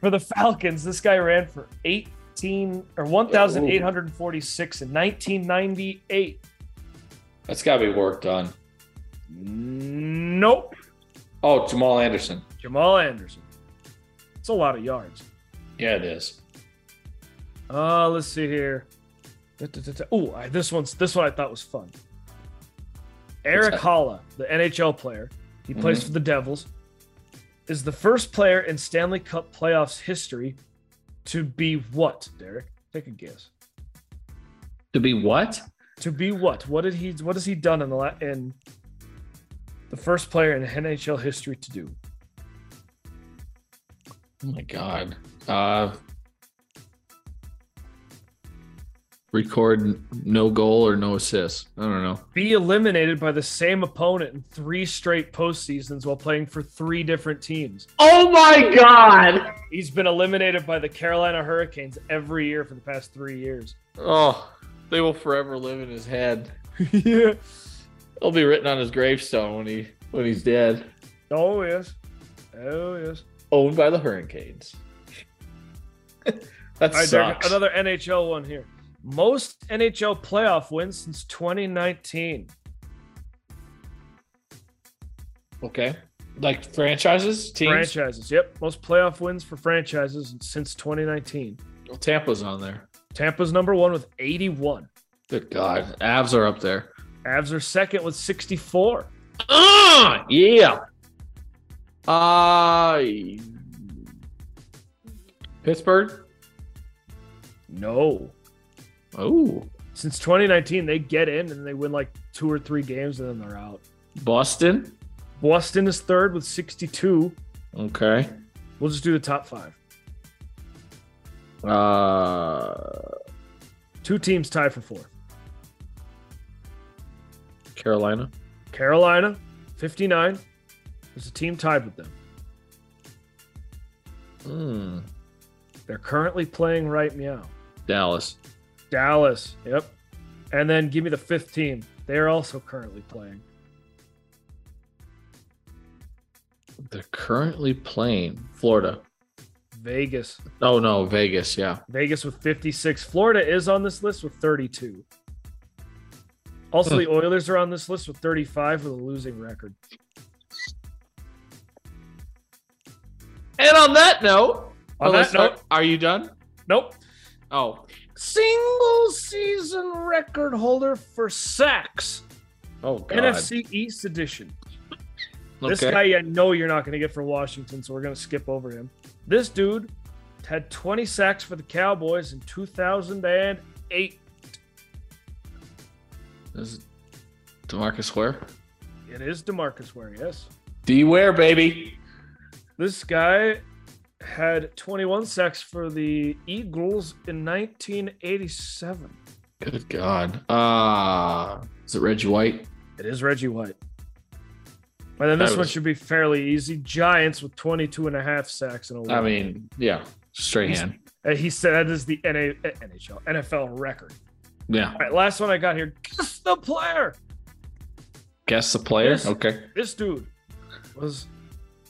[SPEAKER 2] for the Falcons, this guy ran for 18 or 1,846 in 1998.
[SPEAKER 1] (laughs) That's got to be work done.
[SPEAKER 2] Nope.
[SPEAKER 1] Oh, Jamal Anderson.
[SPEAKER 2] Jamal Anderson. It's a lot of yards.
[SPEAKER 1] Yeah, it is.
[SPEAKER 2] Uh, let's see here. Oh, this one's this one I thought was fun. Eric
[SPEAKER 1] that?
[SPEAKER 2] Holla, the NHL player, he plays for the Devils, is the first player in Stanley Cup playoffs history to be what, Derek? Take a guess.
[SPEAKER 1] To be what?
[SPEAKER 2] To be what? What did he? What has he done in the la- in the first player in NHL history to do?
[SPEAKER 1] Oh my god. Uh record n- no goal or no assist. I don't know.
[SPEAKER 2] Be eliminated by the same opponent in three straight postseasons while playing for three different teams.
[SPEAKER 1] Oh my god.
[SPEAKER 2] He's been eliminated by the Carolina Hurricanes every year for the past three years.
[SPEAKER 1] Oh, they will forever live in his head.
[SPEAKER 2] yeah.
[SPEAKER 1] It'll be written on his gravestone when he when he's dead.
[SPEAKER 2] Oh yes. Oh yes.
[SPEAKER 1] Owned by the Hurricanes. that
[SPEAKER 2] All right, Derek,
[SPEAKER 1] sucks.
[SPEAKER 2] another NHL one here. Most NHL playoff wins since 2019.
[SPEAKER 1] okay. Like franchises, teams.
[SPEAKER 2] Franchises. Yep. Most playoff wins for franchises since 2019.
[SPEAKER 1] Well, Tampa's on there.
[SPEAKER 2] Tampa's number one with 81.
[SPEAKER 1] Good God, Avs are up there.
[SPEAKER 2] Avs are second with 64.
[SPEAKER 1] Ah, yeah. I Pittsburgh.
[SPEAKER 2] No.
[SPEAKER 1] Oh,
[SPEAKER 2] Since 2019, they get in and they win like two or three games and then they're out.
[SPEAKER 1] Boston.
[SPEAKER 2] Boston is third with 62.
[SPEAKER 1] Okay.
[SPEAKER 2] We'll just do the top five.
[SPEAKER 1] Uh,
[SPEAKER 2] Two teams tied for fourth.
[SPEAKER 1] Carolina.
[SPEAKER 2] Carolina, 59. There's a team tied with them.
[SPEAKER 1] Hmm.
[SPEAKER 2] They're currently playing right meow.
[SPEAKER 1] Dallas.
[SPEAKER 2] Dallas, yep. And then give me the fifth team. They're also currently playing.
[SPEAKER 1] They're currently playing Florida.
[SPEAKER 2] Vegas.
[SPEAKER 1] Oh no, Vegas. Yeah.
[SPEAKER 2] Vegas with 56. Florida is on this list with 32. Also, the Oilers are on this list with 35 with a losing record.
[SPEAKER 1] And on that note,
[SPEAKER 2] On that
[SPEAKER 1] unless-
[SPEAKER 2] note,
[SPEAKER 1] are you done?
[SPEAKER 2] nope.
[SPEAKER 1] Oh,
[SPEAKER 2] Single season record holder for sacks.
[SPEAKER 1] oh God.
[SPEAKER 2] NFC East edition. This
[SPEAKER 1] Okay.
[SPEAKER 2] guy, I know you're not going to get for Washington, so we're going to skip over him. This dude had 20 sacks for the Cowboys in 2008.
[SPEAKER 1] This is Demarcus Ware.
[SPEAKER 2] It is Demarcus Ware, yes.
[SPEAKER 1] D Ware, baby.
[SPEAKER 2] This guy had 21 sacks for the Eagles in 1987.
[SPEAKER 1] Good God. Uh is it Reggie White?
[SPEAKER 2] It is Reggie White. And then this
[SPEAKER 1] That
[SPEAKER 2] one
[SPEAKER 1] was-
[SPEAKER 2] should be fairly easy. Giants with 22 and a half sacks in a
[SPEAKER 1] I
[SPEAKER 2] week.
[SPEAKER 1] mean, yeah, Strahan.
[SPEAKER 2] Uh, he said that is the NA, NHL NFL record.
[SPEAKER 1] Yeah,
[SPEAKER 2] All right, last one I got here. Guess the player.
[SPEAKER 1] guess the player.
[SPEAKER 2] Yes.
[SPEAKER 1] Okay,
[SPEAKER 2] This dude was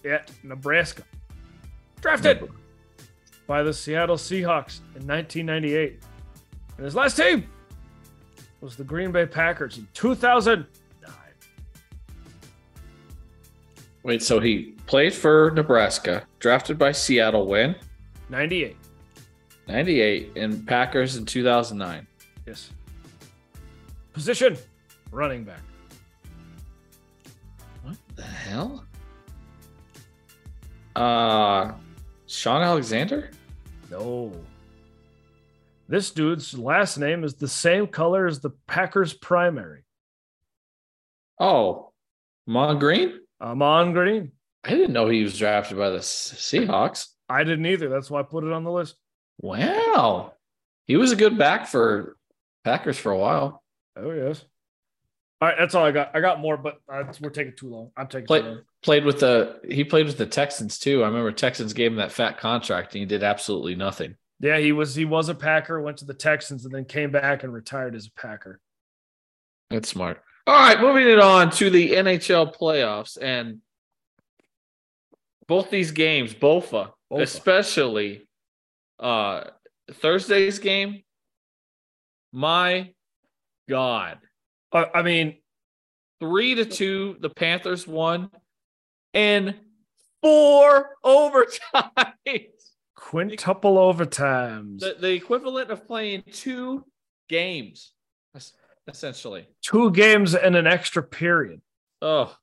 [SPEAKER 2] at Nebraska, drafted by the Seattle Seahawks in 1998, and his last team was the Green Bay Packers in 2009.
[SPEAKER 1] wait. So he played for Nebraska, drafted by Seattle, when
[SPEAKER 2] 98.
[SPEAKER 1] '98, and Packers in 2009.
[SPEAKER 2] Yes. Position, running back.
[SPEAKER 1] What the hell? Uh, Sean Alexander.
[SPEAKER 2] No. This dude's last name is the same color as the Packers primary.
[SPEAKER 1] Oh, Mon Green.
[SPEAKER 2] Amon Green.
[SPEAKER 1] I didn't know he was drafted by the S- Seahawks.
[SPEAKER 2] I didn't either. That's why I put it on the list.
[SPEAKER 1] Wow, he was a good back for Packers for a while.
[SPEAKER 2] Oh yes. All right, that's all I got. I got more, but uh, we're taking too long. I'm taking
[SPEAKER 1] Play-
[SPEAKER 2] too long.
[SPEAKER 1] played with the he played with the Texans too. I remember Texans gave him that fat contract and he did absolutely nothing.
[SPEAKER 2] Yeah, he was he was a Packer, went to the Texans, and then came back and retired as a Packer.
[SPEAKER 1] That's smart. All right, moving it on to the NHL playoffs and both these games, Bofa,
[SPEAKER 2] Bofa.
[SPEAKER 1] especially uh Thursday's game. My God.
[SPEAKER 2] Uh, I mean,
[SPEAKER 1] Three to two, the Panthers won and four (laughs) overtimes.
[SPEAKER 2] quintuple overtimes.
[SPEAKER 1] the, the equivalent of playing two games. That's, essentially.
[SPEAKER 2] Two games and an extra period.
[SPEAKER 1] Oh,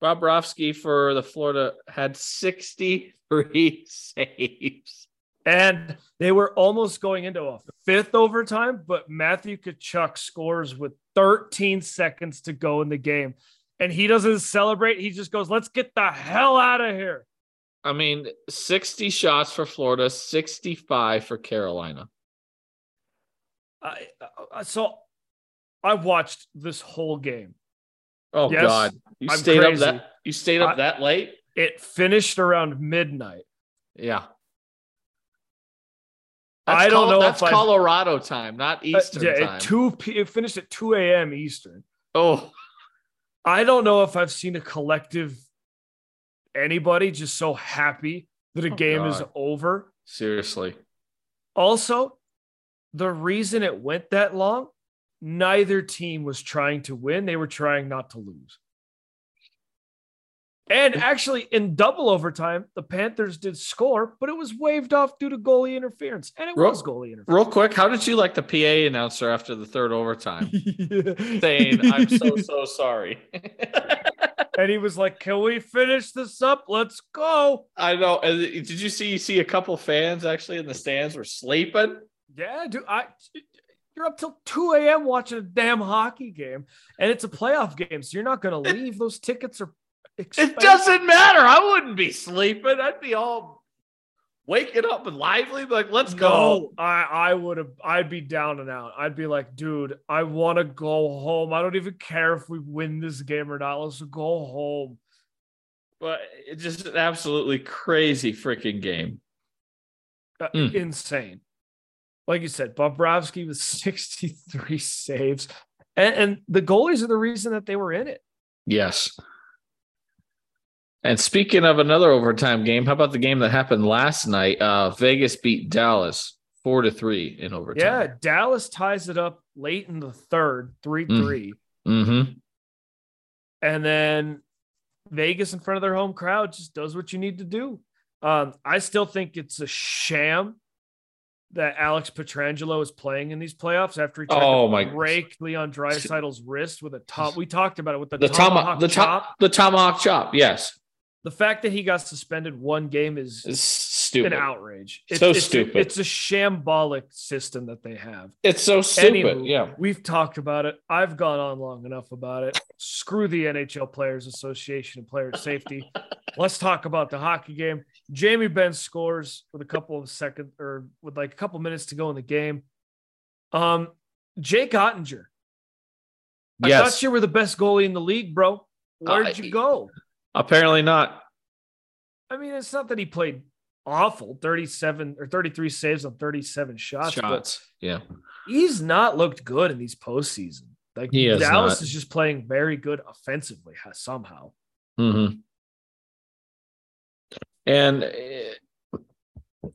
[SPEAKER 1] Bobrovsky for the Florida had 63 (laughs) saves.
[SPEAKER 2] And they were almost going into a fifth overtime, but Matthew Kachuk scores with 13 seconds to go in the game. And he doesn't celebrate. He just goes, let's get the hell out of here.
[SPEAKER 1] I mean, 60 shots for Florida, 65 for Carolina.
[SPEAKER 2] I, uh, so I watched this whole game.
[SPEAKER 1] Oh
[SPEAKER 2] Yes,
[SPEAKER 1] God! You
[SPEAKER 2] I'm
[SPEAKER 1] stayed
[SPEAKER 2] crazy.
[SPEAKER 1] up that you stayed up
[SPEAKER 2] I-
[SPEAKER 1] that late?
[SPEAKER 2] It finished around midnight.
[SPEAKER 1] Yeah.
[SPEAKER 2] I don't
[SPEAKER 1] Col-
[SPEAKER 2] know
[SPEAKER 1] That's
[SPEAKER 2] if I-
[SPEAKER 1] Colorado time, not
[SPEAKER 2] Uh,
[SPEAKER 1] Eastern
[SPEAKER 2] yeah,
[SPEAKER 1] time.
[SPEAKER 2] At 2 p- it finished at 2 a.m. Eastern.
[SPEAKER 1] oh,
[SPEAKER 2] I don't know if I've seen a collective anybody just so happy that a
[SPEAKER 1] Oh,
[SPEAKER 2] game is
[SPEAKER 1] God.
[SPEAKER 2] over.
[SPEAKER 1] seriously.
[SPEAKER 2] Also, the reason it went that long, neither team was trying to win. They were trying not to lose. And actually, in double overtime, the Panthers did score, but it was waved off due to goalie interference. And it
[SPEAKER 1] Ro-
[SPEAKER 2] was goalie interference.
[SPEAKER 1] Real quick, how did you like the PA announcer after the third (laughs)
[SPEAKER 2] (laughs)
[SPEAKER 1] overtime saying, "I'm so so sorry"? (laughs)
[SPEAKER 2] and he was like, Can we finish this up? Let's go.
[SPEAKER 1] I know. And did you see? You see a couple fans actually in the stands were sleeping.
[SPEAKER 2] Yeah, dude. I you're up till 2 a.m. watching a damn hockey game, and it's a playoff game, so you're not gonna leave. Those tickets are expensive.
[SPEAKER 1] It doesn't matter. I wouldn't be sleeping. I'd be all waking up and lively. Like, let's go.
[SPEAKER 2] No, I I would have I'd be down and out. I'd be like, dude, I want to go home. I don't even care if we win this game or not. Let's go home.
[SPEAKER 1] But it's just an absolutely crazy freaking game.
[SPEAKER 2] Uh,
[SPEAKER 1] Mm.
[SPEAKER 2] Insane. Like you said, Bobrovsky with 63 saves. And, and the goalies are the reason that they were in it.
[SPEAKER 1] Yes. And speaking of another overtime game, how about the game that happened last night? Uh, Vegas beat Dallas four to three in
[SPEAKER 2] Yeah,
[SPEAKER 1] overtime.
[SPEAKER 2] Dallas ties it up late in the third, 3 3.
[SPEAKER 1] Yeah. Mm-hmm.
[SPEAKER 2] and then Vegas in front of their home crowd just does what you need to do. Um, I still think it's a sham that Alex Petrangelo is playing in these playoffs after he tried
[SPEAKER 1] Oh,
[SPEAKER 2] to
[SPEAKER 1] my-
[SPEAKER 2] break Leon Draisaitl's wrist with a top. We talked about it with the,
[SPEAKER 1] The
[SPEAKER 2] tomahawk,
[SPEAKER 1] tomahawk, the
[SPEAKER 2] chop.
[SPEAKER 1] top, the tomahawk chop. Yes,
[SPEAKER 2] The fact that he got suspended one game is
[SPEAKER 1] it's
[SPEAKER 2] an
[SPEAKER 1] stupid.
[SPEAKER 2] outrage. It's,
[SPEAKER 1] So
[SPEAKER 2] it's a-
[SPEAKER 1] stupid.
[SPEAKER 2] it's a shambolic system that they have.
[SPEAKER 1] It's so stupid.
[SPEAKER 2] Anywho,
[SPEAKER 1] Yeah.
[SPEAKER 2] We've talked about it. I've gone on long enough about it. Screw the NHL Players Association and player safety. Let's talk about the hockey game. Jamie Benn scores with a couple of seconds or with like a couple minutes to go in the game. Um, Jake Ottinger. I
[SPEAKER 1] Yes.
[SPEAKER 2] thought you were the best goalie in the league, bro. Where'd
[SPEAKER 1] I-
[SPEAKER 2] you go?
[SPEAKER 1] Apparently not.
[SPEAKER 2] I mean, it's not that he played awful 37 or 33 saves on 37 shots, but
[SPEAKER 1] Shots. Yeah.
[SPEAKER 2] he's not looked good in these postseason. Like
[SPEAKER 1] He has
[SPEAKER 2] Dallas
[SPEAKER 1] not.
[SPEAKER 2] is just playing very good offensively ha- somehow.
[SPEAKER 1] Mm-hmm. And uh,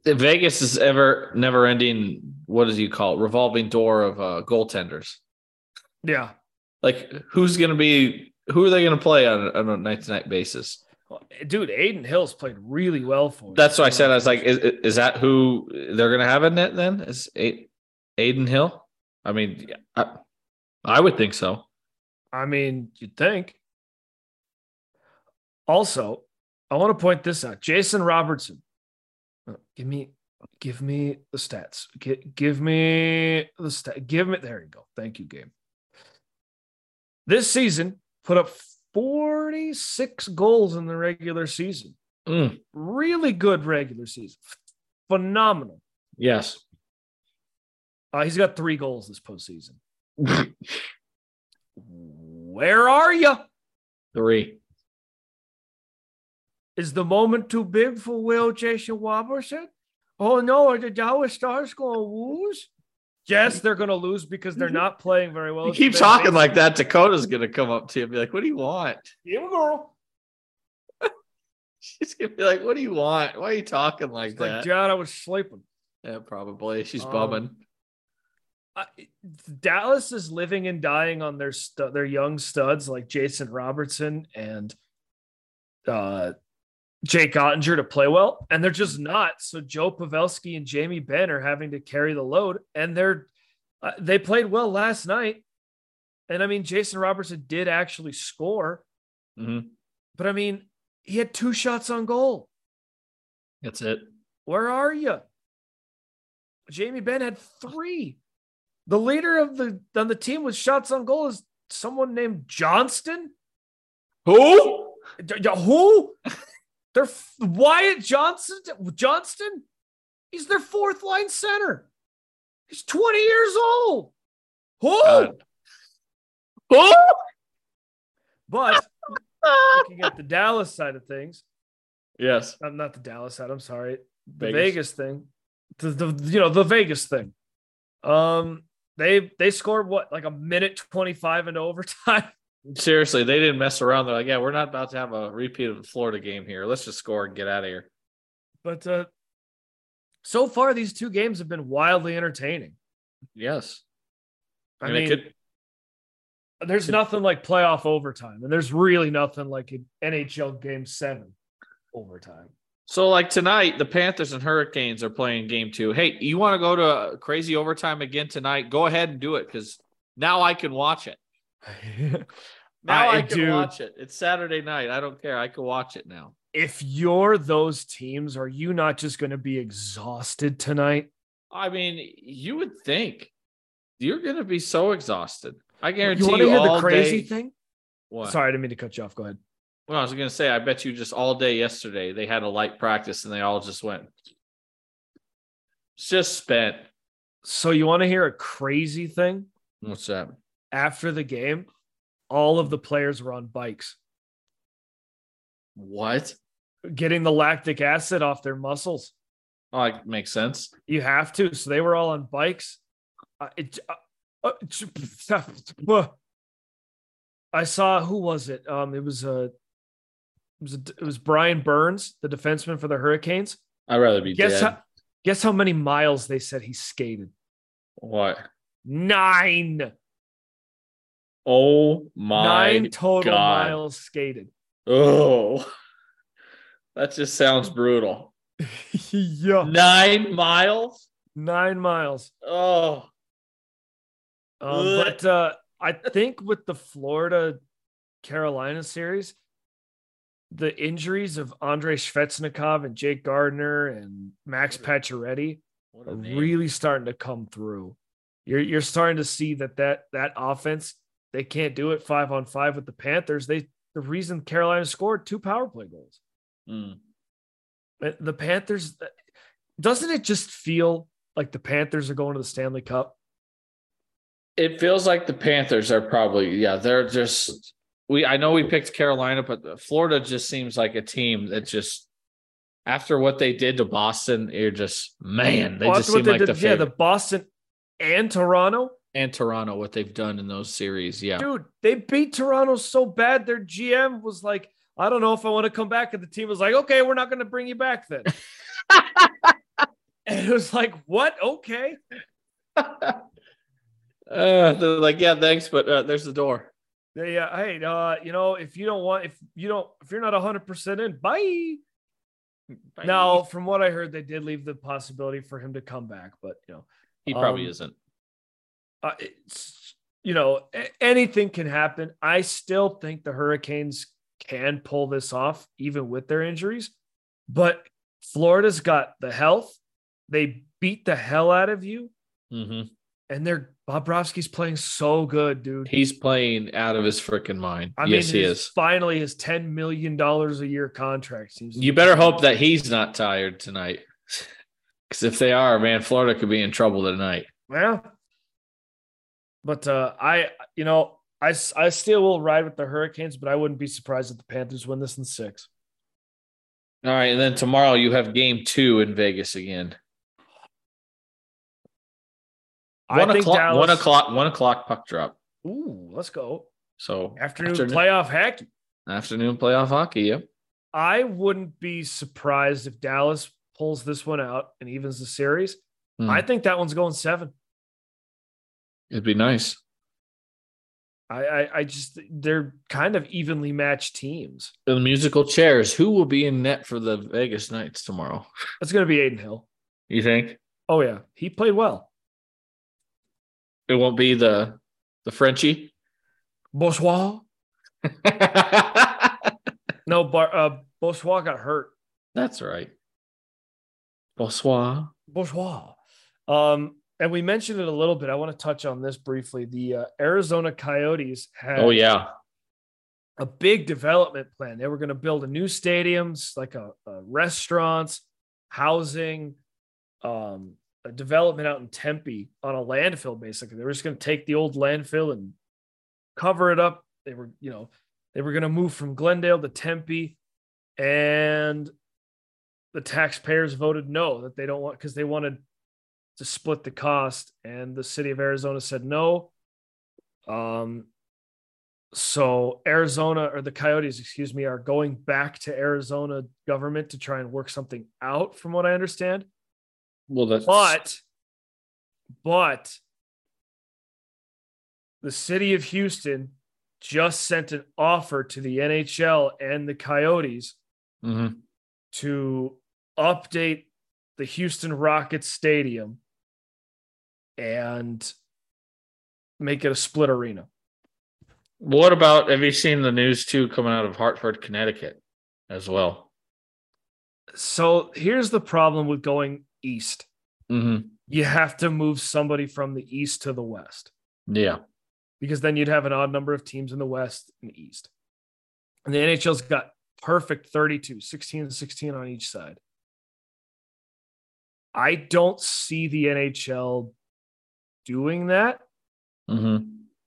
[SPEAKER 1] Vegas is ever never ending. What do you call it? Revolving door of uh, goaltenders.
[SPEAKER 2] Yeah.
[SPEAKER 1] Like who's going to be? Who are they going to play on, on a night to night basis?
[SPEAKER 2] Dude, Aiden Hill's played really well for them.
[SPEAKER 1] That's what I said. I was like, is, is that who they're going to have in net? Then is A- Aiden Hill? I mean, I, I would think so.
[SPEAKER 2] I mean, you'd think. Also, I want to point this out. Jason Robertson. Uh, Give me give me the stats. Give, give me the stat. Give me there you go. Thank you, game. This season put up 46 goals in the regular season.
[SPEAKER 1] Mm,
[SPEAKER 2] really good regular season, phenomenal.
[SPEAKER 1] yes. (laughs)
[SPEAKER 2] Uh, he's got three goals this postseason. Where are you?
[SPEAKER 1] Three.
[SPEAKER 2] Is the moment too big for Will Jason Robertson? Oh no, are the Dallas Stars going to lose? Yes, they're going to lose because they're not playing very well.
[SPEAKER 1] Mhm. You keep talking like that. Dakota's going to come up to you and be like, what do you want? (laughs)
[SPEAKER 2] you girl.
[SPEAKER 1] She's gonna be like, "What do you want? Why are you talking like
[SPEAKER 2] It's
[SPEAKER 1] that?"
[SPEAKER 2] like, Dad, I was sleeping.
[SPEAKER 1] yeah, probably. She's
[SPEAKER 2] Um,
[SPEAKER 1] bumming.
[SPEAKER 2] I, Dallas is living and dying on their stu- their young studs like Jason Robertson and uh, Jake Ottinger to play well, and they're just not. So Joe Pavelski and Jamie Benn are having to carry the load, and they're uh, they played well last night, And I mean, Jason Robertson did actually score,
[SPEAKER 1] Mhm.
[SPEAKER 2] but I mean, he had two shots on goal.
[SPEAKER 1] That's it.
[SPEAKER 2] Where are you? Jamie Benn had three. The leader of the on the team with shots on goal is someone named Johnston.
[SPEAKER 1] Who?
[SPEAKER 2] D- d- Who? They're f- Wyatt Johnson. Johnston. He's their fourth line center. He's 20 years old. Who?
[SPEAKER 1] God. Who?
[SPEAKER 2] But looking at the Dallas side of things,
[SPEAKER 1] (laughs) yes.
[SPEAKER 2] I'm not the Dallas side. I'm sorry. The
[SPEAKER 1] Vegas.
[SPEAKER 2] Vegas, thing, the, the you know the Vegas thing. Um, they they scored what like a minute 25 into overtime. (laughs)
[SPEAKER 1] Seriously, they didn't mess around. They're like, yeah, we're not about to have a repeat of the Florida game here. Let's just score and get out of here.
[SPEAKER 2] But uh, so far, these two games have been wildly entertaining.
[SPEAKER 1] Yes.
[SPEAKER 2] I
[SPEAKER 1] and
[SPEAKER 2] mean,
[SPEAKER 1] it could
[SPEAKER 2] there's nothing like playoff overtime, and there's really nothing like an NHL game seven
[SPEAKER 1] (laughs)
[SPEAKER 2] overtime.
[SPEAKER 1] so like tonight, the Panthers and Hurricanes are playing game two. Hey, you want to go to uh, crazy overtime again tonight? Go ahead and do it because now I can watch it. Now I,
[SPEAKER 2] I-
[SPEAKER 1] can
[SPEAKER 2] dude.
[SPEAKER 1] watch it. It's Saturday night. I don't care. I can watch it now.
[SPEAKER 2] if you're those teams, are you not just going to be exhausted tonight?
[SPEAKER 1] I mean, you would think you're going to be so exhausted. I guarantee
[SPEAKER 2] you
[SPEAKER 1] you,
[SPEAKER 2] want to hear
[SPEAKER 1] all
[SPEAKER 2] the crazy
[SPEAKER 1] day.
[SPEAKER 2] thing?
[SPEAKER 1] What?
[SPEAKER 2] Sorry, I didn't mean to cut you off. Go ahead.
[SPEAKER 1] Well, I was going to say, I bet you just all day yesterday they had a light practice and they all just went. It's just spent.
[SPEAKER 2] So you want to hear a crazy thing?
[SPEAKER 1] What's that?
[SPEAKER 2] After the game, all of the players were on bikes,
[SPEAKER 1] What?
[SPEAKER 2] getting the lactic acid off their muscles.
[SPEAKER 1] Oh, like makes sense.
[SPEAKER 2] You have to. So they were all on bikes. Uh, it, uh, uh, (sighs) I saw who was it? Um, it was uh, it was it was Brian Burns, the defenseman for the Hurricanes.
[SPEAKER 1] I'd rather be
[SPEAKER 2] Guess
[SPEAKER 1] dead.
[SPEAKER 2] how, guess how many miles they said he skated?
[SPEAKER 1] what?
[SPEAKER 2] Nine.
[SPEAKER 1] Oh my!
[SPEAKER 2] Nine total
[SPEAKER 1] God.
[SPEAKER 2] miles skated. (laughs)
[SPEAKER 1] Oh, (laughs) that just sounds brutal.
[SPEAKER 2] yeah.
[SPEAKER 1] Nine miles.
[SPEAKER 2] Nine miles.
[SPEAKER 1] Oh,
[SPEAKER 2] Um,
[SPEAKER 1] Ugh.
[SPEAKER 2] but uh, I think with the Florida Carolina series, the injuries of Andre Svechnikov and Jake Gardner and Max Pacioretty
[SPEAKER 1] what
[SPEAKER 2] are
[SPEAKER 1] a name.
[SPEAKER 2] really starting to come through. You're you're starting to see that that that offense they can't do it five on five with the Panthers. They the reason Carolina scored two power play goals.
[SPEAKER 1] Mm.
[SPEAKER 2] But The Panthers doesn't it just feel like the Panthers are going to the Stanley Cup?
[SPEAKER 1] It feels like the Panthers are probably yeah. They're just we. I know we picked Carolina, but Florida just seems like a team that just after what they did to Boston, you're just man. They
[SPEAKER 2] Well,
[SPEAKER 1] just
[SPEAKER 2] that's what
[SPEAKER 1] seem
[SPEAKER 2] they
[SPEAKER 1] like
[SPEAKER 2] did-
[SPEAKER 1] the
[SPEAKER 2] yeah,
[SPEAKER 1] favorite.
[SPEAKER 2] the Boston and Toronto.
[SPEAKER 1] and Toronto, what they've done in those series. Yeah.
[SPEAKER 2] Dude, they beat Toronto so bad their GM was like, I don't know if I want to come back. And the team was like, okay, we're not going to bring you back
[SPEAKER 1] (laughs)
[SPEAKER 2] then. and it was like, what? Okay.
[SPEAKER 1] Uh, they're like, yeah, thanks, but uh, there's the door.
[SPEAKER 2] They, uh, hey, uh, you know, if you don't want, if you don't, if you're not 100% in, bye.
[SPEAKER 1] Bye.
[SPEAKER 2] Now, from what I heard, they did leave the possibility for him to come back, but you know,
[SPEAKER 1] he probably
[SPEAKER 2] um,
[SPEAKER 1] isn't.
[SPEAKER 2] uh, it's, you know, a- anything can happen. I still think the Hurricanes can pull this off, even with their injuries. But Florida's got the health. They beat the hell out of you,
[SPEAKER 1] hmm
[SPEAKER 2] and they're Bobrovsky's playing so good, dude.
[SPEAKER 1] He's playing out of his freaking mind.
[SPEAKER 2] I
[SPEAKER 1] yes,
[SPEAKER 2] mean,
[SPEAKER 1] he
[SPEAKER 2] his-
[SPEAKER 1] is.
[SPEAKER 2] Finally, his ten million dollars a year contract seems.
[SPEAKER 1] You better hope that he's not tired tonight, (laughs) because if they are, man, Florida could be in trouble tonight.
[SPEAKER 2] Yeah. But uh, I, you know, I, s- I still will ride with the Hurricanes, but I wouldn't be surprised if the Panthers win this in six.
[SPEAKER 1] All right, and then tomorrow you have game two in Vegas again. One
[SPEAKER 2] I think
[SPEAKER 1] o'clock.
[SPEAKER 2] Dallas.
[SPEAKER 1] One o'clock. One o'clock puck drop.
[SPEAKER 2] Ooh, let's go.
[SPEAKER 1] So
[SPEAKER 2] Afternoon,
[SPEAKER 1] afternoon,
[SPEAKER 2] playoff hockey.
[SPEAKER 1] afternoon playoff hockey. Yep.
[SPEAKER 2] I wouldn't be surprised if Dallas pulls this one out and evens the series.
[SPEAKER 1] Hmm.
[SPEAKER 2] I think that one's going seven.
[SPEAKER 1] It'd be nice.
[SPEAKER 2] I, I, I just they're kind of evenly matched teams.
[SPEAKER 1] The musical chairs. Who will be in net for the Vegas Knights tomorrow?
[SPEAKER 2] That's going to be Aiden Hill.
[SPEAKER 1] You think
[SPEAKER 2] Oh yeah, he played well.
[SPEAKER 1] it won't be the the Frenchie? (laughs)
[SPEAKER 2] Boswa. No, Bar- uh, Boswa got hurt.
[SPEAKER 1] That's right. Bonsoir.
[SPEAKER 2] Bourgeois. Um, and we mentioned it a little bit. I want to touch on this briefly. The uh, Arizona Coyotes had
[SPEAKER 1] Oh yeah.
[SPEAKER 2] a big development plan. They were going to build a new stadiums, like a, a restaurants, housing, um, a development out in Tempe on a landfill. Basically, they were just going to take the old landfill and cover it up. They were, you know, they were going to move from Glendale to Tempe, and the taxpayers voted no that they don't want because they wanted to split the cost, and the city of Arizona said no. Um, so Arizona or the Coyotes, excuse me, are going back to Arizona government to try and work something out, from what I understand.
[SPEAKER 1] Well, that's
[SPEAKER 2] But, but the city of Houston just sent an offer to the NHL and the Coyotes
[SPEAKER 1] Mhm.
[SPEAKER 2] to update the Houston Rockets Stadium and make it a split arena.
[SPEAKER 1] What about have you seen the news too coming out of Hartford, Connecticut, as well?
[SPEAKER 2] So here's the problem with going east.
[SPEAKER 1] Mm-hmm.
[SPEAKER 2] you have to move somebody from the east to the west
[SPEAKER 1] Yeah.
[SPEAKER 2] because then you'd have an odd number of teams in the west and east. And the NHL's got perfect 32, 16 and 16 on each side. I don't see the NHL doing that,
[SPEAKER 1] Mm-hmm.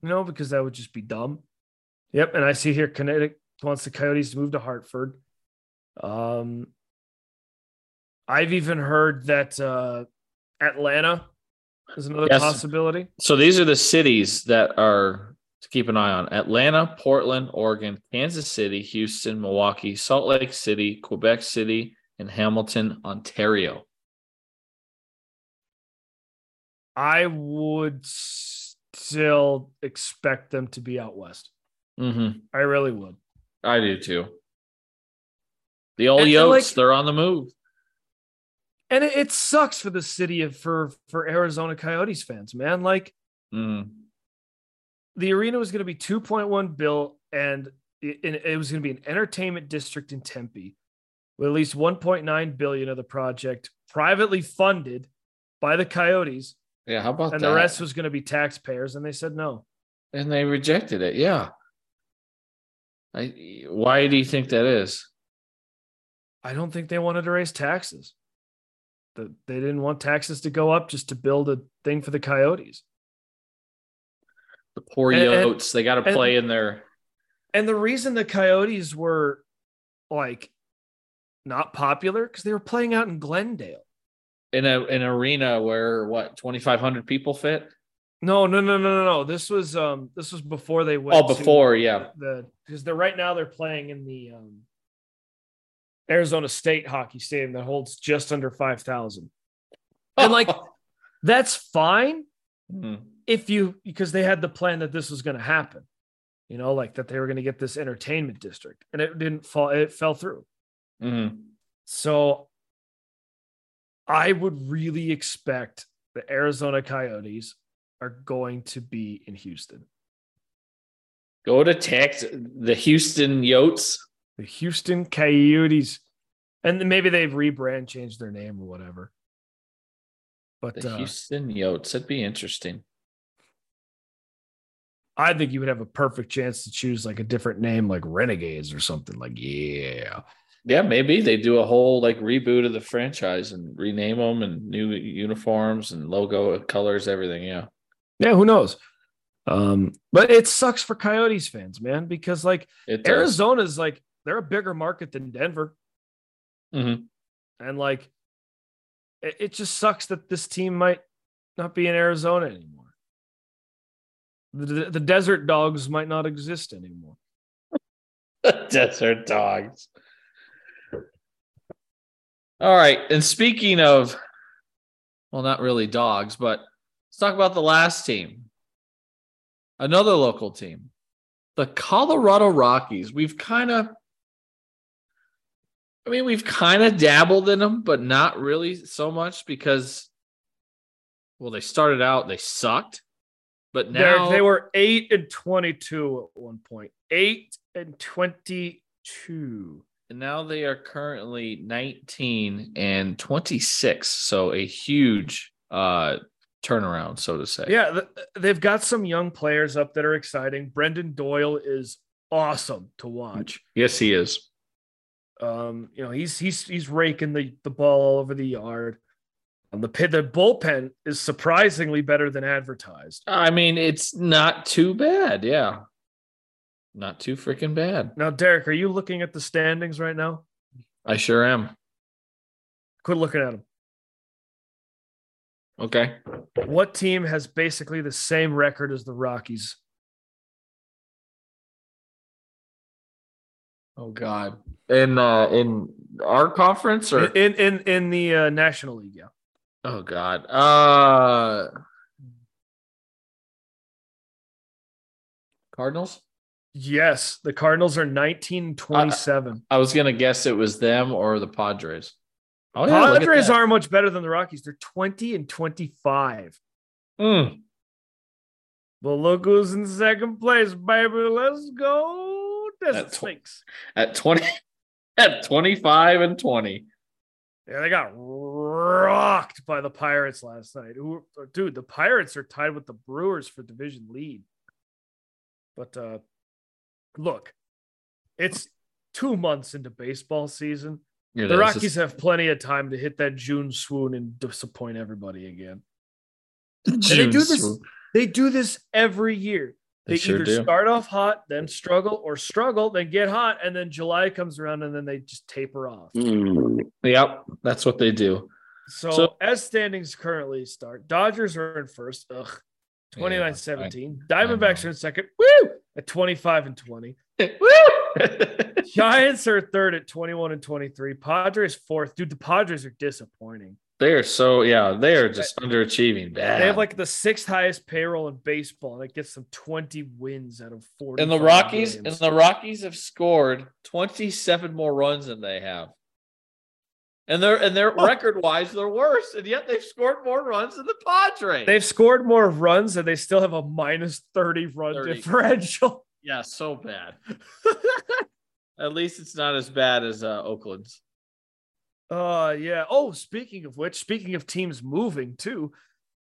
[SPEAKER 2] you know, because that would just be dumb. Yep, and I see here Connecticut wants the Coyotes to move to Hartford. Um I've even heard that uh Atlanta is another
[SPEAKER 1] Yes.
[SPEAKER 2] possibility.
[SPEAKER 1] So these are the cities that are to keep an eye on Atlanta, Portland, Oregon, Kansas City, Houston, Milwaukee, Salt Lake City, Quebec City, and Hamilton, Ontario.
[SPEAKER 2] I would still expect them to be out west.
[SPEAKER 1] Mm-hmm.
[SPEAKER 2] I really would.
[SPEAKER 1] I do too. The old
[SPEAKER 2] And- and
[SPEAKER 1] Yotes,
[SPEAKER 2] like-
[SPEAKER 1] they're on the move.
[SPEAKER 2] And it, it sucks for the city of for for Arizona Coyotes fans, man. Like
[SPEAKER 1] Mm.
[SPEAKER 2] the arena was going to be 2.1 bill and it, and it was going to be an entertainment district in Tempe with at least 1.9 billion of the project privately funded by the Coyotes
[SPEAKER 1] Yeah, how about
[SPEAKER 2] and
[SPEAKER 1] that?
[SPEAKER 2] the rest was going to be taxpayers and they said no.
[SPEAKER 1] and they rejected it. Yeah. I, why do you think that is?
[SPEAKER 2] I don't think they wanted to raise taxes. The, they didn't want taxes to go up just to build a thing for the coyotes.
[SPEAKER 1] The poor
[SPEAKER 2] And- and-
[SPEAKER 1] Yotes, they got to
[SPEAKER 2] and-
[SPEAKER 1] play in their
[SPEAKER 2] And the reason the coyotes were like not popular because they were playing out in Glendale.
[SPEAKER 1] in a an arena where what twenty five hundred people fit.
[SPEAKER 2] No, no, no, no, no, no. This was um this was before they went
[SPEAKER 1] Oh, before yeah,
[SPEAKER 2] to the because they're right now they're playing in the um Arizona State hockey stadium that holds just under five thousand. And
[SPEAKER 1] (laughs)
[SPEAKER 2] like that's fine.
[SPEAKER 1] Mhm.
[SPEAKER 2] if you because they had the plan that this was going to happen you know like that they were going to get this entertainment district and it didn't fall it fell through
[SPEAKER 1] Mhm.
[SPEAKER 2] so i would really expect the arizona coyotes are going to be in houston
[SPEAKER 1] go to Texas, the Houston Yotes.
[SPEAKER 2] the houston coyotes and then maybe they've rebrand changed their name or whatever but
[SPEAKER 1] The
[SPEAKER 2] uh,
[SPEAKER 1] Houston Yotes. That'd be interesting.
[SPEAKER 2] i think you would have a perfect chance to choose like a different name like renegades or something like yeah
[SPEAKER 1] Yeah, maybe they do a whole like reboot of the franchise and rename them and new uniforms and logo colors, everything. Yeah.
[SPEAKER 2] Yeah, who knows? Um, but it sucks for Coyotes fans, man, because like
[SPEAKER 1] It does.
[SPEAKER 2] Arizona's like they're a bigger market than Denver,
[SPEAKER 1] Mhm.
[SPEAKER 2] and like it, it just sucks that this team might not be in Arizona anymore. The, the, the Desert Dogs might not exist anymore.
[SPEAKER 1] (laughs) Desert dogs. All right. And speaking of, well, not really dogs, but let's talk about the last team. Another local team, the Colorado Rockies. We've kind of, I mean, we've kind of dabbled in them, but not really so much because, well, they started out, they sucked, But
[SPEAKER 2] They're-
[SPEAKER 1] now
[SPEAKER 2] they were eight and twenty-two at one point. Eight and twenty-two.
[SPEAKER 1] now they are currently 19 and 26. So a huge uh turnaround, so to say.
[SPEAKER 2] Yeah, th- they've got some young players up that are exciting. Brendan Doyle is awesome to watch.
[SPEAKER 1] Yes, he is.
[SPEAKER 2] Um, you know, he's he's he's raking the, the ball all over the yard. Um, the pit, the bullpen is surprisingly better than advertised.
[SPEAKER 1] I mean, it's not too bad. Yeah. Not too freaking bad.
[SPEAKER 2] Now, Derek, are you looking at the standings right now?
[SPEAKER 1] I sure am.
[SPEAKER 2] Quit looking at them.
[SPEAKER 1] Okay.
[SPEAKER 2] What team has basically the same record as the Rockies?
[SPEAKER 1] Oh God. In uh in our conference or
[SPEAKER 2] In in in the uh, National League, yeah.
[SPEAKER 1] oh God. Uh Cardinals?
[SPEAKER 2] Yes, the Cardinals are 19
[SPEAKER 1] Uh,
[SPEAKER 2] 27.
[SPEAKER 1] I was gonna guess it was them or the Padres. Oh, look at
[SPEAKER 2] Padres
[SPEAKER 1] that.
[SPEAKER 2] aren't much better than the Rockies. They're 20 and 25. Hmm.
[SPEAKER 1] Mm.
[SPEAKER 2] The locals in second place, baby. Let's go. Desert
[SPEAKER 1] That's-
[SPEAKER 2] Snakes.
[SPEAKER 1] at twenty (laughs) at twenty five and twenty.
[SPEAKER 2] Yeah, they got rocked by the Pirates last night. Who, dude, the Pirates are tied with the Brewers for division lead. But uh, look, it's two months into baseball season.
[SPEAKER 1] It
[SPEAKER 2] the
[SPEAKER 1] is.
[SPEAKER 2] Rockies have plenty of time to hit that June swoon and disappoint everybody again.
[SPEAKER 1] It's
[SPEAKER 2] they do
[SPEAKER 1] June
[SPEAKER 2] this-
[SPEAKER 1] swoop.
[SPEAKER 2] They do this every year. They,
[SPEAKER 1] They, sure
[SPEAKER 2] either
[SPEAKER 1] do.
[SPEAKER 2] start off hot, then struggle, or struggle, then get hot, and then July comes around and then they just taper off.
[SPEAKER 1] Mm. Yep, that's what they do.
[SPEAKER 2] So,
[SPEAKER 1] So-
[SPEAKER 2] as standings currently start, Dodgers are in first, ugh, 29 17. Diamondbacks
[SPEAKER 1] know.
[SPEAKER 2] are in second
[SPEAKER 1] Woo!
[SPEAKER 2] at 25
[SPEAKER 1] (laughs)
[SPEAKER 2] and 20.
[SPEAKER 1] (laughs) Woo!
[SPEAKER 2] Giants are third at 21 and 23. Padres fourth. Dude, the Padres are disappointing.
[SPEAKER 1] (laughs) they are so yeah, they are just underachieving bad.
[SPEAKER 2] They have like the sixth highest payroll in baseball, and it gets them 20 wins out of 40.
[SPEAKER 1] and the Rockies
[SPEAKER 2] games.
[SPEAKER 1] and the Rockies have scored 27 more runs than they have. And they're and they're
[SPEAKER 2] Huh.
[SPEAKER 1] record wise, they're worse, and yet they've scored more runs than the Padres.
[SPEAKER 2] They've scored more runs and they still have a minus 30 run
[SPEAKER 1] 30.
[SPEAKER 2] differential.
[SPEAKER 1] yeah, so bad. (laughs) At least it's not as bad as uh, Oakland's.
[SPEAKER 2] Uh yeah. Oh, speaking of which, speaking of teams moving too,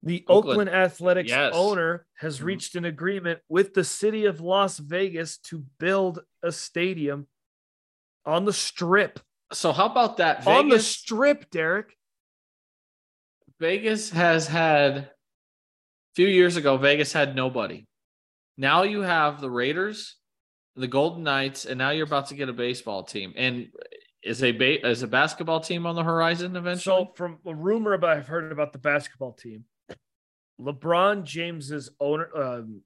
[SPEAKER 2] the Oakland,
[SPEAKER 1] Oakland.
[SPEAKER 2] Athletics
[SPEAKER 1] Yes.
[SPEAKER 2] owner has
[SPEAKER 1] Mhm.
[SPEAKER 2] reached an agreement with the city of Las Vegas to build a stadium on the strip.
[SPEAKER 1] So how about that?
[SPEAKER 2] On the
[SPEAKER 1] Vegas,
[SPEAKER 2] strip, Derek.
[SPEAKER 1] Vegas has had a few years ago. Vegas had nobody. Now you have the Raiders, the Golden Knights, and now you're about to get a baseball team. And is a ba- is a basketball team on the horizon eventually?
[SPEAKER 2] So from a rumor about I've heard about the basketball team, LeBron James's owner um,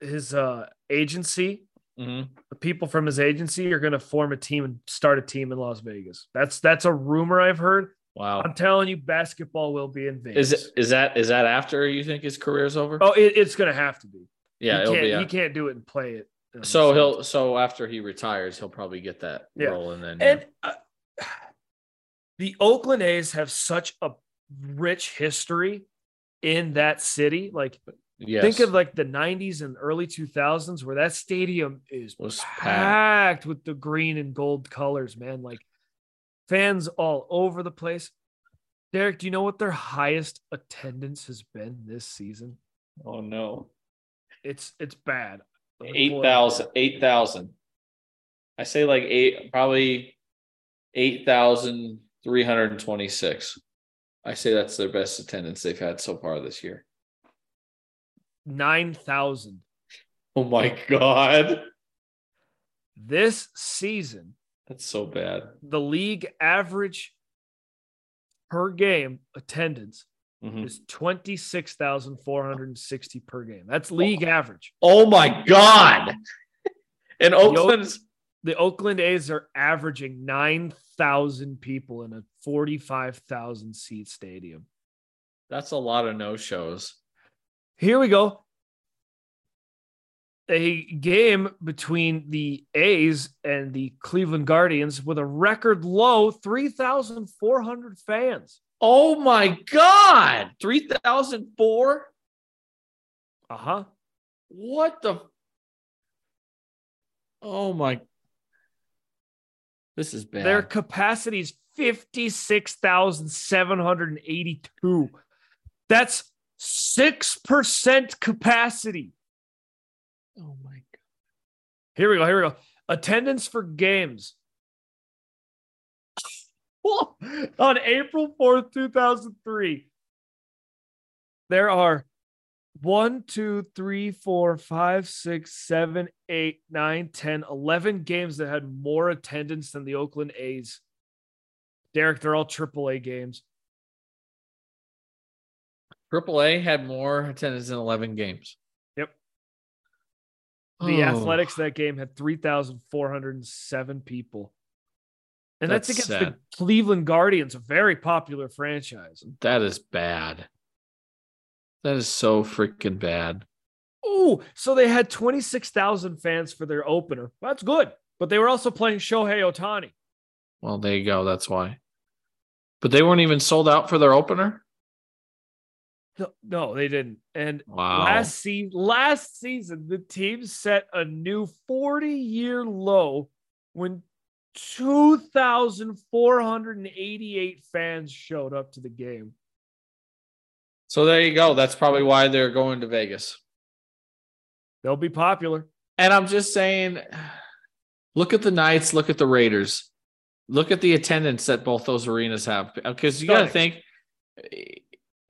[SPEAKER 2] his uh agency
[SPEAKER 1] Mhm.
[SPEAKER 2] the people from his agency are going to form a team and start a team in Las Vegas. That's that's a rumor I've heard.
[SPEAKER 1] Wow.
[SPEAKER 2] I'm telling you, basketball will be in
[SPEAKER 1] Is
[SPEAKER 2] Vegas.
[SPEAKER 1] it is that is that after you think his career's over?
[SPEAKER 2] Oh, it, it's going to have to be.
[SPEAKER 1] yeah,
[SPEAKER 2] he
[SPEAKER 1] it'll
[SPEAKER 2] can't,
[SPEAKER 1] be.
[SPEAKER 2] he
[SPEAKER 1] a-
[SPEAKER 2] can't do it and play it. um,
[SPEAKER 1] so he'll so after he retires, he'll probably get that
[SPEAKER 2] Yeah.
[SPEAKER 1] role and then
[SPEAKER 2] and uh, the Oakland A's have such a rich history in that city. Like
[SPEAKER 1] yes.
[SPEAKER 2] think of like the 90s and early 2000s where that stadium is
[SPEAKER 1] was packed.
[SPEAKER 2] packed with the green and gold colors, man. Like fans all over the place. Derek, do you know what their highest attendance has been this season?
[SPEAKER 1] Oh no.
[SPEAKER 2] It's it's bad. Let me pull
[SPEAKER 1] Eight
[SPEAKER 2] it up
[SPEAKER 1] thousand,
[SPEAKER 2] here.
[SPEAKER 1] eight thousand. I say like eight, probably 8,326. I say that's their best attendance they've had so far this year.
[SPEAKER 2] 9,000.
[SPEAKER 1] Oh my God.
[SPEAKER 2] This season,
[SPEAKER 1] That's so bad.
[SPEAKER 2] the league average per game attendance
[SPEAKER 1] Mhm.
[SPEAKER 2] is 26,460 per game. That's league average.
[SPEAKER 1] Oh my God. And Oakland's,
[SPEAKER 2] the Oakland A's are averaging 9,000 people in a 45,000 seat stadium.
[SPEAKER 1] that's a lot of no shows.
[SPEAKER 2] Here we go. A game between the A's and the Cleveland Guardians with a record low 3,400 fans.
[SPEAKER 1] Oh my God. 3,004?
[SPEAKER 2] Uh huh.
[SPEAKER 1] What the? Oh my! This is bad.
[SPEAKER 2] Their capacity is 56,782. That's 6% capacity.
[SPEAKER 1] oh my! God.
[SPEAKER 2] Here we go. Here we go. Attendance for games. (laughs) On April 4th, 2003, there are one, two, three, four, five, six, seven, eight, nine, 10, 11 games that had more attendance than the Oakland A's. Derek, they're all AAA games.
[SPEAKER 1] Triple A had more attendance in eleven games.
[SPEAKER 2] Yep. The
[SPEAKER 1] Oh,
[SPEAKER 2] Athletics that game had 3,407 people. And that's,
[SPEAKER 1] That's
[SPEAKER 2] against the Cleveland Guardians, a very popular franchise.
[SPEAKER 1] That is bad. That is so freaking bad.
[SPEAKER 2] Oh, so they had 26,000 fans for their opener. That's good. But they were also playing Shohei Otani.
[SPEAKER 1] Well, there you go. That's why. But they weren't even sold out for their opener.
[SPEAKER 2] No, no, they didn't. And
[SPEAKER 1] Wow.
[SPEAKER 2] last, se- last season, the team set a new 40 year low when 2,488 fans showed up to the game.
[SPEAKER 1] So there you go. That's probably why they're going to Vegas.
[SPEAKER 2] They'll be popular.
[SPEAKER 1] And I'm just saying, (sighs) look at the Knights, look at the Raiders, look at the attendance that both those arenas have. Because you got to think,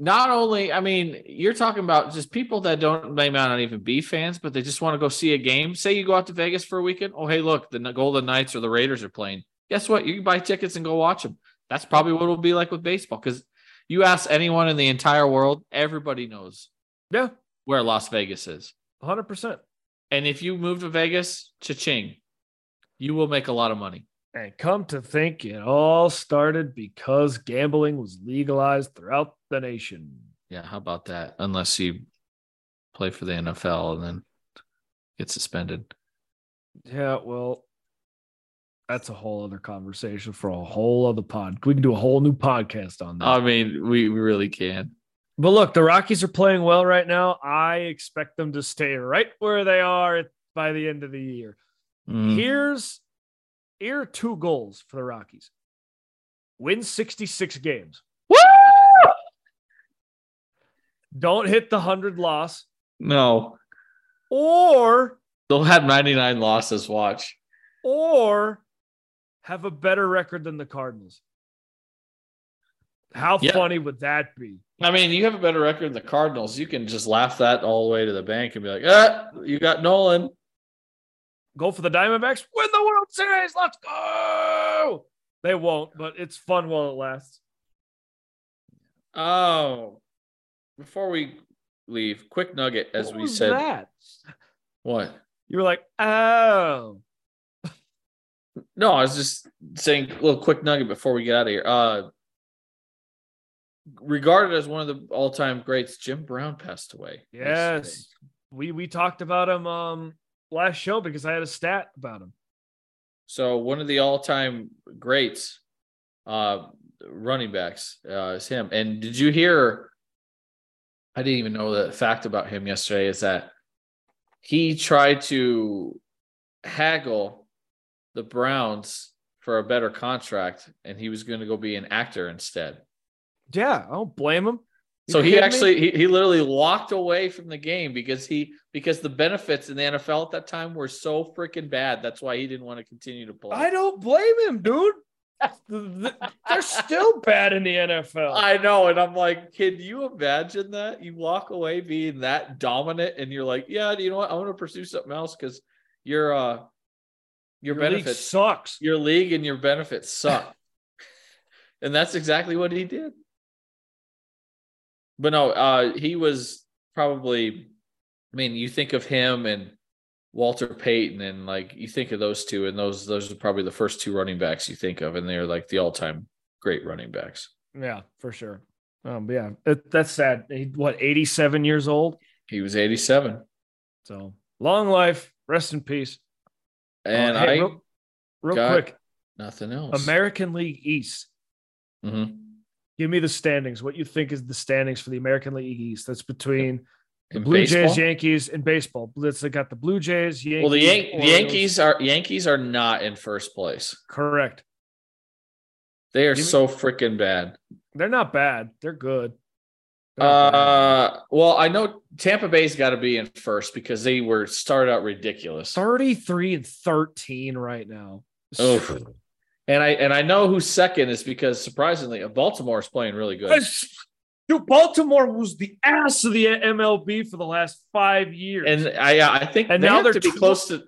[SPEAKER 1] not only, I mean, you're talking about just people that don't, they might not even be fans, but they just want to go see a game. Say you go out to Vegas for a weekend. Oh, hey, look, the Golden Knights or the Raiders are playing. Guess what? You can buy tickets and go watch them. That's probably what it'll be like with baseball. Because you ask anyone in the entire world, everybody knows
[SPEAKER 2] Yeah,
[SPEAKER 1] where Las Vegas is.
[SPEAKER 2] 100%.
[SPEAKER 1] And if you move to Vegas, cha-ching, you will make a lot of money.
[SPEAKER 2] And come to think, it all started because gambling was legalized throughout the nation.
[SPEAKER 1] Yeah, how about that? Unless you play for the NFL and then get suspended.
[SPEAKER 2] Yeah, well, that's a whole other conversation for a whole other pod. We can do a whole new podcast on that.
[SPEAKER 1] I mean, we, we really can.
[SPEAKER 2] but look, the Rockies are playing well right now. I expect them to stay right where they are at- by the end of the year.
[SPEAKER 1] Mm.
[SPEAKER 2] Here's here are two goals for the Rockies. Win 66 games.
[SPEAKER 1] Woo!
[SPEAKER 2] Don't hit the 100 loss
[SPEAKER 1] No,
[SPEAKER 2] or
[SPEAKER 1] they'll have 99 losses. Watch.
[SPEAKER 2] or have a better record than the Cardinals. How
[SPEAKER 1] Yeah.
[SPEAKER 2] funny would that be?
[SPEAKER 1] I mean, you have a better record than the Cardinals. You can just laugh that all the way to the bank and be like, ah, you got Nolan.
[SPEAKER 2] Go for the Diamondbacks, win the World Series. Let's go. They won't, but it's fun while it lasts.
[SPEAKER 1] Oh, before we leave, quick nugget, as
[SPEAKER 2] What
[SPEAKER 1] we
[SPEAKER 2] was
[SPEAKER 1] said.
[SPEAKER 2] that
[SPEAKER 1] What?
[SPEAKER 2] you were like, oh,
[SPEAKER 1] No, I was just saying a little quick nugget before we get out of here. Uh, regarded as one of the all-time greats, Jim Brown passed away. recently.
[SPEAKER 2] yes. We we talked about him um last show because I had a stat about him.
[SPEAKER 1] So one of the all-time greats, uh, running backs, uh, is him. And did you hear? I didn't even know the fact about him yesterday. Is that he tried to haggle the Browns for a better contract, and he was going to go be an actor instead.
[SPEAKER 2] Yeah, I don't blame him. You
[SPEAKER 1] So he
[SPEAKER 2] kidding me?
[SPEAKER 1] actually he, he literally walked away from the game because he because the benefits in the NFL at that time were so freaking bad. That's why he didn't want to continue to play.
[SPEAKER 2] I don't blame him,
[SPEAKER 1] (laughs)
[SPEAKER 2] dude. Th- th- They're still bad in the NFL.
[SPEAKER 1] I know, and I'm like, can you imagine that? You walk away being that dominant, and you're like, yeah, you know what? I want to pursue something else because your uh your,
[SPEAKER 2] Your league
[SPEAKER 1] benefits,
[SPEAKER 2] sucks.
[SPEAKER 1] your league, and your benefits
[SPEAKER 2] (laughs)
[SPEAKER 1] suck. and that's exactly what he did. But no, uh, he was probably. I mean, you think of him and Walter Payton, and like you think of those two, and those those are probably the first two running backs you think of, and they're like the all time great running backs.
[SPEAKER 2] Yeah, for sure. Um, but yeah, it, that's sad. He, what, 87 years old?
[SPEAKER 1] He was eighty seven,
[SPEAKER 2] So long life, rest in peace.
[SPEAKER 1] and
[SPEAKER 2] Uh, hey,
[SPEAKER 1] I
[SPEAKER 2] real, real
[SPEAKER 1] got
[SPEAKER 2] quick,
[SPEAKER 1] nothing else.
[SPEAKER 2] American League East.
[SPEAKER 1] Mhm.
[SPEAKER 2] Give me the standings. What you think is the standings for the American League East? That's between The
[SPEAKER 1] In
[SPEAKER 2] Blue
[SPEAKER 1] baseball?
[SPEAKER 2] Jays, Yankees, and baseball. That's they got the Blue Jays, Yankees.
[SPEAKER 1] well, the, Yan- the
[SPEAKER 2] Orioles.
[SPEAKER 1] Yankees are Yankees are not in first place.
[SPEAKER 2] Correct.
[SPEAKER 1] They are
[SPEAKER 2] Give me-
[SPEAKER 1] so freaking bad.
[SPEAKER 2] They're not bad. They're good. They're not bad.
[SPEAKER 1] Uh, well, I know Tampa Bay's got to be in first because they were started out ridiculous.
[SPEAKER 2] 33 and 13 right now.
[SPEAKER 1] Oof. And I and I know who's second is because surprisingly, Baltimore is playing really good.
[SPEAKER 2] Dude, Baltimore was the ass of the MLB for the last five years.
[SPEAKER 1] And I I think
[SPEAKER 2] And
[SPEAKER 1] they
[SPEAKER 2] now
[SPEAKER 1] have
[SPEAKER 2] they're
[SPEAKER 1] to be
[SPEAKER 2] tw-
[SPEAKER 1] close to.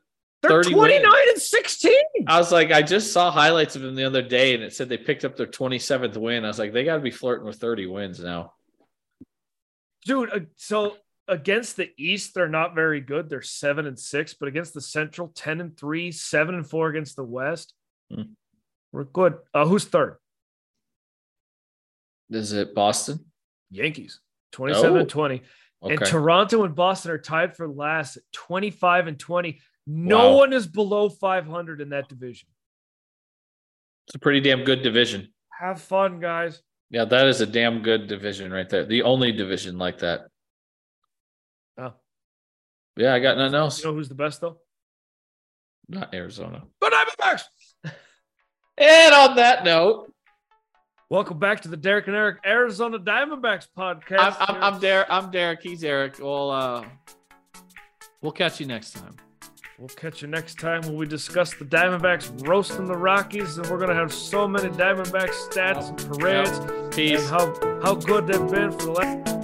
[SPEAKER 2] they're
[SPEAKER 1] 30
[SPEAKER 2] 29 and 16.
[SPEAKER 1] I was like, I just saw highlights of them the other day, and it said they picked up their 27th win. I was like, they got to be flirting with 30 wins now.
[SPEAKER 2] Dude, uh, so against the East, they're not very good. They're seven and six, but against the Central, 10 and three, seven and four against the West.
[SPEAKER 1] Hmm.
[SPEAKER 2] We're good. Uh, who's third?
[SPEAKER 1] Is it Boston?
[SPEAKER 2] Yankees, 27
[SPEAKER 1] Oh.
[SPEAKER 2] and 20.
[SPEAKER 1] Okay.
[SPEAKER 2] And Toronto and Boston are tied for last at 25 and 20. No
[SPEAKER 1] Wow.
[SPEAKER 2] one is below 500 in that division.
[SPEAKER 1] it's a pretty damn good division.
[SPEAKER 2] Have fun, guys.
[SPEAKER 1] Yeah, that is a damn good division right there. The only division like that.
[SPEAKER 2] Oh.
[SPEAKER 1] Yeah, I got nothing else.
[SPEAKER 2] You know who's the best, though?
[SPEAKER 1] Not Arizona.
[SPEAKER 2] But I'm the best.
[SPEAKER 1] And on that note,
[SPEAKER 2] Welcome back to the Derek and Eric Arizona Diamondbacks podcast.
[SPEAKER 1] I'm I'm, I'm Derek. I'm Derek. He's Eric. We'll uh, we'll catch you next time.
[SPEAKER 2] We'll catch you next time when we discuss the Diamondbacks roasting the Rockies, and we're gonna have so many Diamondbacks stats and parades
[SPEAKER 1] Peace.
[SPEAKER 2] and how how good they've been for the last.